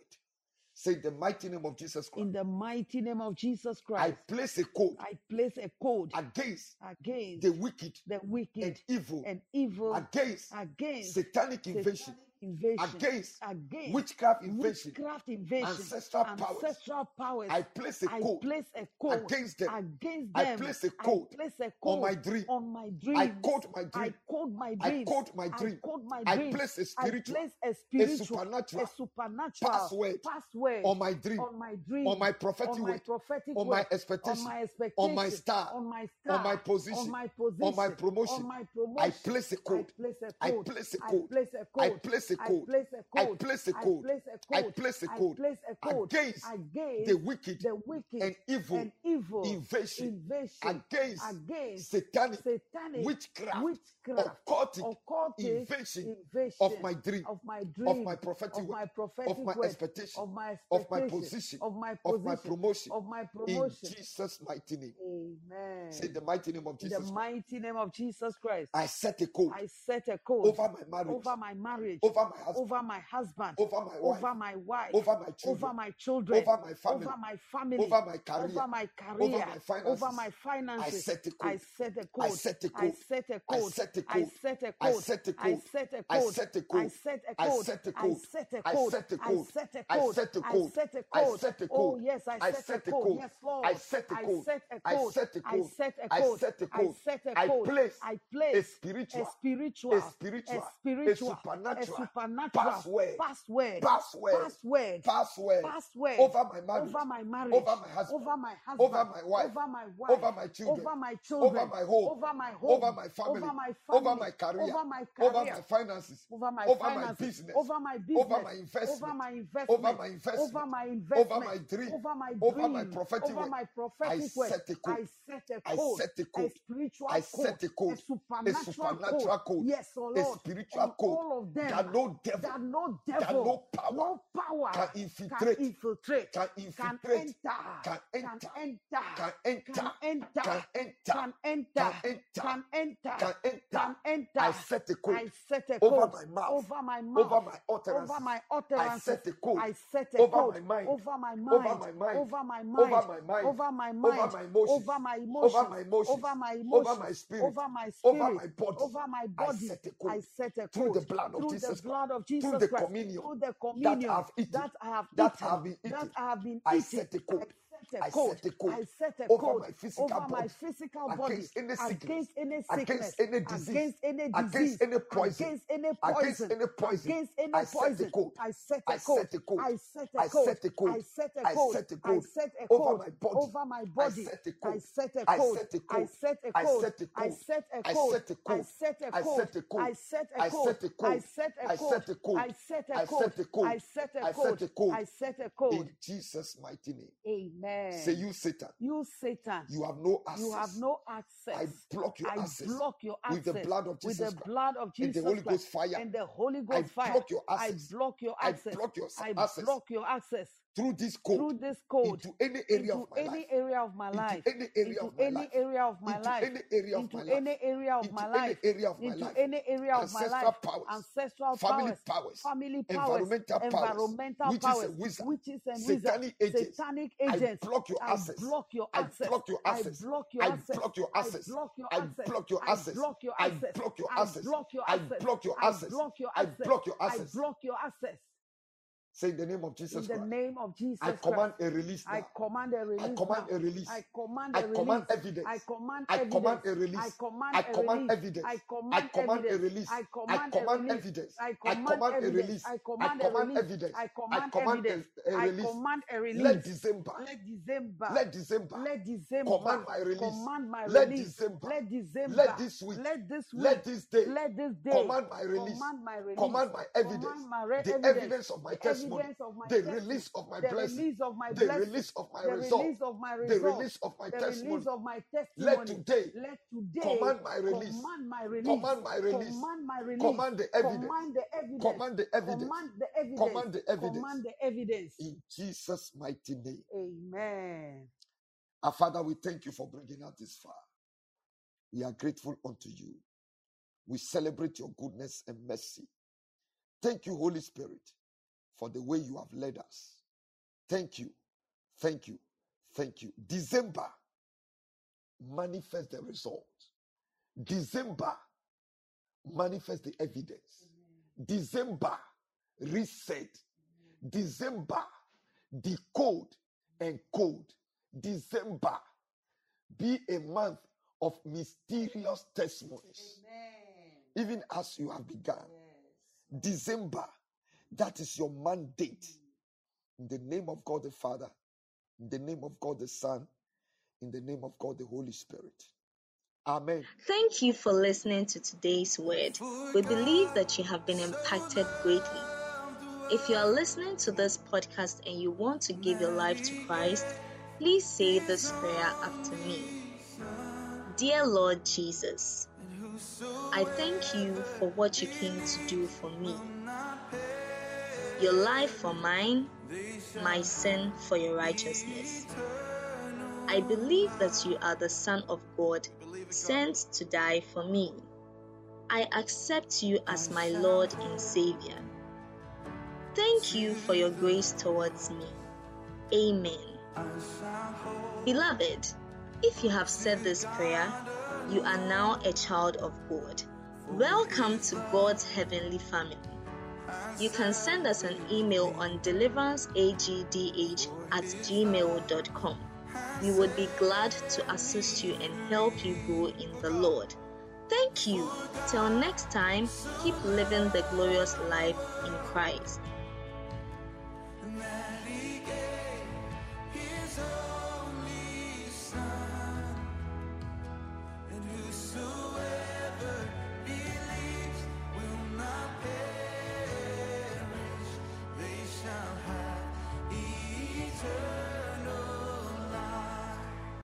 Speaker 2: Say the mighty name of Jesus Christ.
Speaker 3: In the mighty name of Jesus
Speaker 2: I
Speaker 3: Christ,
Speaker 2: place a code
Speaker 3: I place a code
Speaker 2: against
Speaker 3: against
Speaker 2: the wicked
Speaker 3: the wicked
Speaker 2: and evil,
Speaker 3: and evil
Speaker 2: against
Speaker 3: against
Speaker 2: satanic invasion,
Speaker 3: satanic invasion,
Speaker 2: against
Speaker 3: against
Speaker 2: witchcraft invasion,
Speaker 3: witchcraft invasion,
Speaker 2: ancestral powers.
Speaker 3: ancestral powers.
Speaker 2: I place a
Speaker 3: I
Speaker 2: code
Speaker 3: place a code
Speaker 2: against them.
Speaker 3: against
Speaker 2: I
Speaker 3: them.
Speaker 2: place a
Speaker 3: I
Speaker 2: code
Speaker 3: place a
Speaker 2: on
Speaker 3: code
Speaker 2: my dream.
Speaker 3: on my
Speaker 2: I
Speaker 3: dreams.
Speaker 2: code my
Speaker 3: I
Speaker 2: dream.
Speaker 3: code my
Speaker 2: I
Speaker 3: dreams.
Speaker 2: code my
Speaker 3: I
Speaker 2: dream.
Speaker 3: code my
Speaker 2: I
Speaker 3: dreams.
Speaker 2: place a
Speaker 3: I
Speaker 2: spiritual,
Speaker 3: place a
Speaker 2: a
Speaker 3: spiritual, a
Speaker 2: supernatural
Speaker 3: supernatural
Speaker 2: password
Speaker 3: password
Speaker 2: on my dream,
Speaker 3: on my
Speaker 2: on
Speaker 3: dreams,
Speaker 2: my
Speaker 3: on
Speaker 2: prophetic
Speaker 3: my
Speaker 2: word,
Speaker 3: prophetic
Speaker 2: on my
Speaker 3: word, on
Speaker 2: expectation,
Speaker 3: my
Speaker 2: on my
Speaker 3: expectation,
Speaker 2: star,
Speaker 3: on my
Speaker 2: on my
Speaker 3: star, on
Speaker 2: position,
Speaker 3: my
Speaker 2: on my
Speaker 3: position, on
Speaker 2: promotion.
Speaker 3: my
Speaker 2: I
Speaker 3: promotion.
Speaker 2: place a
Speaker 3: I
Speaker 2: code.
Speaker 3: place a
Speaker 2: I
Speaker 3: code.
Speaker 2: place a
Speaker 3: I
Speaker 2: code.
Speaker 3: place a
Speaker 2: I
Speaker 3: code.
Speaker 2: place a
Speaker 3: I
Speaker 2: code.
Speaker 3: place a
Speaker 2: I
Speaker 3: code.
Speaker 2: place a
Speaker 3: I
Speaker 2: code.
Speaker 3: place a
Speaker 2: I
Speaker 3: code.
Speaker 2: place a
Speaker 3: I
Speaker 2: code
Speaker 3: place a code
Speaker 2: against the
Speaker 3: against
Speaker 2: wicked
Speaker 3: the wicked
Speaker 2: and evil
Speaker 3: and evil
Speaker 2: invasion,
Speaker 3: invasion
Speaker 2: against
Speaker 3: against
Speaker 2: satanic
Speaker 3: satanic
Speaker 2: witchcraft,
Speaker 3: witchcraft,
Speaker 2: occultic
Speaker 3: occultic
Speaker 2: invasion of
Speaker 3: invasion
Speaker 2: my dream,
Speaker 3: of my
Speaker 2: of my
Speaker 3: dreams,
Speaker 2: prophetic
Speaker 3: of
Speaker 2: word,
Speaker 3: my
Speaker 2: of
Speaker 3: prophetic
Speaker 2: my
Speaker 3: word,
Speaker 2: expectation,
Speaker 3: of my
Speaker 2: of my
Speaker 3: expectation,
Speaker 2: position,
Speaker 3: of my
Speaker 2: of my
Speaker 3: position,
Speaker 2: promotion.
Speaker 3: of my
Speaker 2: In
Speaker 3: promotion.
Speaker 2: Jesus' mighty name. Say
Speaker 3: Amen.
Speaker 2: the mighty name of
Speaker 3: In the
Speaker 2: Jesus Christ.
Speaker 3: mighty name of Jesus Christ,
Speaker 2: I set a code
Speaker 3: I set a code
Speaker 2: over my marriage,
Speaker 3: over my marriage,
Speaker 2: over my husband,
Speaker 3: over my husband,
Speaker 2: over my wife,
Speaker 3: over my wife,
Speaker 2: over my children,
Speaker 3: over my children,
Speaker 2: over my family,
Speaker 3: over my
Speaker 2: over my
Speaker 3: family,
Speaker 2: career,
Speaker 3: over my
Speaker 2: over
Speaker 3: career,
Speaker 2: my
Speaker 3: over
Speaker 2: finances.
Speaker 3: my
Speaker 2: I
Speaker 3: finances.
Speaker 2: set a
Speaker 3: I
Speaker 2: code.
Speaker 3: set a
Speaker 2: I
Speaker 3: code.
Speaker 2: set a
Speaker 3: I
Speaker 2: code.
Speaker 3: set a
Speaker 2: I
Speaker 3: code.
Speaker 2: set a
Speaker 3: I
Speaker 2: code.
Speaker 3: set a
Speaker 2: I
Speaker 3: code.
Speaker 2: set a
Speaker 3: I
Speaker 2: code.
Speaker 3: set a
Speaker 2: I
Speaker 3: code.
Speaker 2: set a
Speaker 3: I
Speaker 2: code.
Speaker 3: set a
Speaker 2: I
Speaker 3: code.
Speaker 2: set a
Speaker 3: I
Speaker 2: code.
Speaker 3: set a
Speaker 2: I set a
Speaker 3: code. I
Speaker 2: code.
Speaker 3: set a
Speaker 2: I
Speaker 3: code.
Speaker 2: set a
Speaker 3: I
Speaker 2: code.
Speaker 3: set a
Speaker 2: I
Speaker 3: code.
Speaker 2: set a
Speaker 3: Oh,
Speaker 2: code.
Speaker 3: yes, I
Speaker 2: I
Speaker 3: set a
Speaker 2: set a
Speaker 3: code.
Speaker 2: code.
Speaker 3: Yes,
Speaker 2: I
Speaker 3: Lord.
Speaker 2: set a
Speaker 3: I
Speaker 2: code.
Speaker 3: set a
Speaker 2: I
Speaker 3: code.
Speaker 2: set a
Speaker 3: I
Speaker 2: code.
Speaker 3: set a
Speaker 2: I
Speaker 3: code.
Speaker 2: set a
Speaker 3: I
Speaker 2: code.
Speaker 3: set a
Speaker 2: I
Speaker 3: code.
Speaker 2: place
Speaker 3: I
Speaker 2: a
Speaker 3: place a
Speaker 2: spiritual, a
Speaker 3: spiritual, a
Speaker 2: spiritual, a
Speaker 3: spiritual, a
Speaker 2: supernatural
Speaker 3: supernatural
Speaker 2: password,
Speaker 3: password,
Speaker 2: password,
Speaker 3: password,
Speaker 2: password
Speaker 3: password
Speaker 2: over my marriage,
Speaker 3: over my marriage,
Speaker 2: over my husband,
Speaker 3: over my
Speaker 2: over
Speaker 3: husband,
Speaker 2: my wife,
Speaker 3: over my wife,
Speaker 2: over my children,
Speaker 3: over my
Speaker 2: over
Speaker 3: children,
Speaker 2: my home,
Speaker 3: over my
Speaker 2: over
Speaker 3: home,
Speaker 2: my
Speaker 3: over
Speaker 2: family,
Speaker 3: my
Speaker 2: over
Speaker 3: family,
Speaker 2: my career,
Speaker 3: over my
Speaker 2: over
Speaker 3: career,
Speaker 2: my finances,
Speaker 3: over my
Speaker 2: over my
Speaker 3: finances,
Speaker 2: business,
Speaker 3: over my
Speaker 2: over
Speaker 3: business,
Speaker 2: my
Speaker 3: over
Speaker 2: investment,
Speaker 3: my
Speaker 2: over
Speaker 3: investment,
Speaker 2: my
Speaker 3: over
Speaker 2: investment,
Speaker 3: my
Speaker 2: over
Speaker 3: investment,
Speaker 2: my dream,
Speaker 3: over my
Speaker 2: over my
Speaker 3: dream,
Speaker 2: prophetic
Speaker 3: over
Speaker 2: work.
Speaker 3: my
Speaker 2: I
Speaker 3: prophetic work.
Speaker 2: set a code.
Speaker 3: I set a
Speaker 2: I
Speaker 3: code,
Speaker 2: set a
Speaker 3: a
Speaker 2: code. I
Speaker 3: spiritual code,
Speaker 2: set a
Speaker 3: a
Speaker 2: code, a
Speaker 3: supernatural code.
Speaker 2: supernatural code,
Speaker 3: Yes, oh
Speaker 2: a
Speaker 3: Lord,
Speaker 2: spiritual
Speaker 3: on
Speaker 2: code
Speaker 3: all of them
Speaker 2: that no devil,
Speaker 3: that no
Speaker 2: that
Speaker 3: devil,
Speaker 2: no power
Speaker 3: no power
Speaker 2: can
Speaker 3: can
Speaker 2: infiltrate,
Speaker 3: infiltrate,
Speaker 2: can
Speaker 3: can
Speaker 2: infiltrate,
Speaker 3: enter,
Speaker 2: can
Speaker 3: can
Speaker 2: enter,
Speaker 3: enter,
Speaker 2: can enter,
Speaker 3: can enter,
Speaker 2: can enter,
Speaker 3: can
Speaker 2: can enter,
Speaker 3: enter, can enter,
Speaker 2: can enter.
Speaker 3: can enter.
Speaker 2: I set a
Speaker 3: I
Speaker 2: code
Speaker 3: set a
Speaker 2: over
Speaker 3: code
Speaker 2: my mouth,
Speaker 3: over my
Speaker 2: over
Speaker 3: mouth,
Speaker 2: my
Speaker 3: over
Speaker 2: utterances.
Speaker 3: my
Speaker 2: I
Speaker 3: utterances.
Speaker 2: set a code
Speaker 3: I set a
Speaker 2: over my
Speaker 3: code
Speaker 2: mind,
Speaker 3: over my
Speaker 2: over
Speaker 3: mind,
Speaker 2: my mind,
Speaker 3: over my
Speaker 2: over
Speaker 3: mind,
Speaker 2: my mind, over
Speaker 3: over my mind,
Speaker 2: my emotions,
Speaker 3: over
Speaker 2: over
Speaker 3: my emotions,
Speaker 2: my
Speaker 3: over
Speaker 2: emotions, over
Speaker 3: my
Speaker 2: my
Speaker 3: emotions,
Speaker 2: spirit,
Speaker 3: over my
Speaker 2: over
Speaker 3: spirit,
Speaker 2: my body.
Speaker 3: over my
Speaker 2: I
Speaker 3: body.
Speaker 2: set a
Speaker 3: I
Speaker 2: code
Speaker 3: set a
Speaker 2: through
Speaker 3: code
Speaker 2: the blood of
Speaker 3: through the
Speaker 2: Jesus Christ,
Speaker 3: blood of
Speaker 2: through
Speaker 3: Jesus
Speaker 2: the
Speaker 3: Christ,
Speaker 2: communion
Speaker 3: through the
Speaker 2: that
Speaker 3: communion
Speaker 2: I've eaten,
Speaker 3: that I have
Speaker 2: that
Speaker 3: eaten,
Speaker 2: I've been
Speaker 3: that
Speaker 2: eaten.
Speaker 3: I have been
Speaker 2: I
Speaker 3: eating.
Speaker 2: set a code.
Speaker 3: I set a
Speaker 2: I
Speaker 3: code.
Speaker 2: set a code
Speaker 3: I set a
Speaker 2: over
Speaker 3: code
Speaker 2: my physical
Speaker 3: over my
Speaker 2: body
Speaker 3: physical body
Speaker 2: against any sickness,
Speaker 3: against any sickness,
Speaker 2: against any disease,
Speaker 3: against any
Speaker 2: against
Speaker 3: disease,
Speaker 2: any poison,
Speaker 3: against any
Speaker 2: against
Speaker 3: poison,
Speaker 2: any poison.
Speaker 3: against any
Speaker 2: I set a
Speaker 3: poison.
Speaker 2: code.
Speaker 3: I set a
Speaker 2: I
Speaker 3: code.
Speaker 2: set a code.
Speaker 3: I set a
Speaker 2: I set
Speaker 3: code.
Speaker 2: a code.
Speaker 3: I set a
Speaker 2: I
Speaker 3: code.
Speaker 2: set a
Speaker 3: I
Speaker 2: code
Speaker 3: set a
Speaker 2: over
Speaker 3: code
Speaker 2: my body.
Speaker 3: over my
Speaker 2: I
Speaker 3: body.
Speaker 2: set a
Speaker 3: I
Speaker 2: code.
Speaker 3: set a
Speaker 2: I
Speaker 3: code.
Speaker 2: set a
Speaker 3: I
Speaker 2: code.
Speaker 3: set a
Speaker 2: I
Speaker 3: code.
Speaker 2: set a
Speaker 3: I
Speaker 2: code.
Speaker 3: set a
Speaker 2: I
Speaker 3: code.
Speaker 2: set a
Speaker 3: I
Speaker 2: code.
Speaker 3: set a
Speaker 2: I
Speaker 3: code.
Speaker 2: set a code.
Speaker 3: I set a
Speaker 2: I
Speaker 3: code.
Speaker 2: set a
Speaker 3: I
Speaker 2: code.
Speaker 3: set a
Speaker 2: I
Speaker 3: code.
Speaker 2: set a code.
Speaker 3: I set a
Speaker 2: I
Speaker 3: code.
Speaker 2: set a code.
Speaker 3: I set
Speaker 2: I
Speaker 3: a code.
Speaker 2: set a code
Speaker 3: I set a code.
Speaker 2: in Jesus' mighty name. Say,
Speaker 3: Amen.
Speaker 2: you Satan,
Speaker 3: You, Satan,
Speaker 2: you have no
Speaker 3: you have
Speaker 2: access.
Speaker 3: no
Speaker 2: I
Speaker 3: access.
Speaker 2: block your
Speaker 3: I
Speaker 2: access
Speaker 3: block your
Speaker 2: with the
Speaker 3: access
Speaker 2: blood of
Speaker 3: with the
Speaker 2: Jesus Christ
Speaker 3: blood of
Speaker 2: and the
Speaker 3: Jesus
Speaker 2: Holy
Speaker 3: Christ
Speaker 2: Ghost fire.
Speaker 3: and the Holy
Speaker 2: I
Speaker 3: Ghost fire.
Speaker 2: block your
Speaker 3: I
Speaker 2: access.
Speaker 3: block your
Speaker 2: I
Speaker 3: access.
Speaker 2: block your
Speaker 3: I
Speaker 2: access
Speaker 3: block your access
Speaker 2: through this code
Speaker 3: through this code
Speaker 2: into any area
Speaker 3: into
Speaker 2: of my
Speaker 3: any
Speaker 2: life,
Speaker 3: area of my
Speaker 2: into
Speaker 3: life,
Speaker 2: any area
Speaker 3: into
Speaker 2: of my
Speaker 3: any
Speaker 2: life,
Speaker 3: area of my
Speaker 2: into
Speaker 3: life,
Speaker 2: any area of
Speaker 3: into
Speaker 2: my life,
Speaker 3: any area of
Speaker 2: into
Speaker 3: my
Speaker 2: any
Speaker 3: life,
Speaker 2: area of my
Speaker 3: into
Speaker 2: life.
Speaker 3: any area of my
Speaker 2: Ancestral
Speaker 3: life,
Speaker 2: powers,
Speaker 3: ancestral
Speaker 2: family
Speaker 3: powers,
Speaker 2: powers,
Speaker 3: family powers,
Speaker 2: environmental powers,
Speaker 3: environmental
Speaker 2: witches
Speaker 3: powers,
Speaker 2: and wizards,
Speaker 3: witches and wizards,
Speaker 2: satanic agents.
Speaker 3: satanic
Speaker 2: I
Speaker 3: agents.
Speaker 2: block your
Speaker 3: I
Speaker 2: access.
Speaker 3: block your
Speaker 2: I
Speaker 3: access.
Speaker 2: block your
Speaker 3: I
Speaker 2: access.
Speaker 3: block your
Speaker 2: I
Speaker 3: access.
Speaker 2: block your
Speaker 3: I
Speaker 2: access.
Speaker 3: block your
Speaker 2: I
Speaker 3: access.
Speaker 2: block your
Speaker 3: I
Speaker 2: access.
Speaker 3: block your
Speaker 2: I
Speaker 3: access.
Speaker 2: block your
Speaker 3: I
Speaker 2: access.
Speaker 3: block your
Speaker 2: I
Speaker 3: access.
Speaker 2: block your
Speaker 3: I
Speaker 2: access.
Speaker 3: block your
Speaker 2: I
Speaker 3: access.
Speaker 2: block your
Speaker 3: I
Speaker 2: access.
Speaker 3: block your access.
Speaker 2: Say in the name of
Speaker 3: In
Speaker 2: Jesus
Speaker 3: the
Speaker 2: Christ.
Speaker 3: name of
Speaker 2: I
Speaker 3: Jesus Christ,
Speaker 2: command a release
Speaker 3: I
Speaker 2: now.
Speaker 3: command a
Speaker 2: I
Speaker 3: release
Speaker 2: command a
Speaker 3: now. I
Speaker 2: release.
Speaker 3: command
Speaker 2: I
Speaker 3: a
Speaker 2: command
Speaker 3: release. I
Speaker 2: evidence.
Speaker 3: command
Speaker 2: I command a
Speaker 3: evidence. I
Speaker 2: release.
Speaker 3: command
Speaker 2: I
Speaker 3: a
Speaker 2: command
Speaker 3: release. I
Speaker 2: evidence. I
Speaker 3: command
Speaker 2: command a
Speaker 3: evidence.
Speaker 2: release.
Speaker 3: I
Speaker 2: I
Speaker 3: command a
Speaker 2: command
Speaker 3: release.
Speaker 2: evidence.
Speaker 3: I
Speaker 2: I
Speaker 3: command
Speaker 2: command a
Speaker 3: evidence.
Speaker 2: release.
Speaker 3: I
Speaker 2: I
Speaker 3: command a
Speaker 2: command
Speaker 3: release.
Speaker 2: evidence.
Speaker 3: I
Speaker 2: I
Speaker 3: command
Speaker 2: command
Speaker 3: evidence.
Speaker 2: a, a
Speaker 3: I
Speaker 2: release.
Speaker 3: command a
Speaker 2: Let
Speaker 3: release.
Speaker 2: December,
Speaker 3: Let December,
Speaker 2: let December
Speaker 3: let
Speaker 2: command
Speaker 3: December
Speaker 2: my release.
Speaker 3: command my
Speaker 2: Let
Speaker 3: release.
Speaker 2: December,
Speaker 3: Let
Speaker 2: let
Speaker 3: December,
Speaker 2: this week,
Speaker 3: let this week,
Speaker 2: let this day
Speaker 3: let this day
Speaker 2: command my release,
Speaker 3: command my release,
Speaker 2: command my
Speaker 3: command
Speaker 2: evidence,
Speaker 3: my re-
Speaker 2: the
Speaker 3: evidence,
Speaker 2: evidence of my
Speaker 3: the
Speaker 2: testimony,
Speaker 3: evidence of my
Speaker 2: the
Speaker 3: testimony,
Speaker 2: release of my
Speaker 3: the
Speaker 2: blessing,
Speaker 3: release of my
Speaker 2: the
Speaker 3: blessing,
Speaker 2: release of my
Speaker 3: the
Speaker 2: result,
Speaker 3: release of my
Speaker 2: the
Speaker 3: result,
Speaker 2: release of my
Speaker 3: the release
Speaker 2: testimony.
Speaker 3: of my
Speaker 2: Let
Speaker 3: testimony.
Speaker 2: today
Speaker 3: Let today
Speaker 2: command my release,
Speaker 3: command my release,
Speaker 2: command my release,
Speaker 3: command my release,
Speaker 2: command the evidence,
Speaker 3: command the evidence,
Speaker 2: command the evidence,
Speaker 3: command the evidence,
Speaker 2: command the evidence
Speaker 3: command the evidence.
Speaker 2: in Jesus' mighty name.
Speaker 3: Amen.
Speaker 2: Our Father, we thank you for bringing us this far. We are grateful unto you. We celebrate your goodness and mercy. Thank you, Holy Spirit, for the way you have led us. Thank you. Thank you. Thank you. December, manifest the result. December, manifest the evidence. December, reset. December, decode and code. December, be a month of mysterious testimonies. Even as you have begun, December, that is your mandate. In the name of God the Father, in the name of God the Son, in the name of God the Holy Spirit. Amen.
Speaker 1: Thank you for listening to today's word. We believe that you have been impacted greatly. If you are listening to this podcast and you want to give your life to Christ, please say this prayer after me. Dear Lord Jesus, I thank you for what you came to do for me. Your life for mine, my sin for your righteousness. I believe that you are the Son of God, sent to die for me. I accept you as my Lord and Savior. Thank you for your grace towards me. Amen. Beloved, if you have said this prayer, you are now a child of God. Welcome to God's heavenly family. You can send us an email on deliveranceagdh at gmail.com. We would be glad to assist you and help you grow in the Lord. Thank you. Till next time, keep living the glorious life in Christ.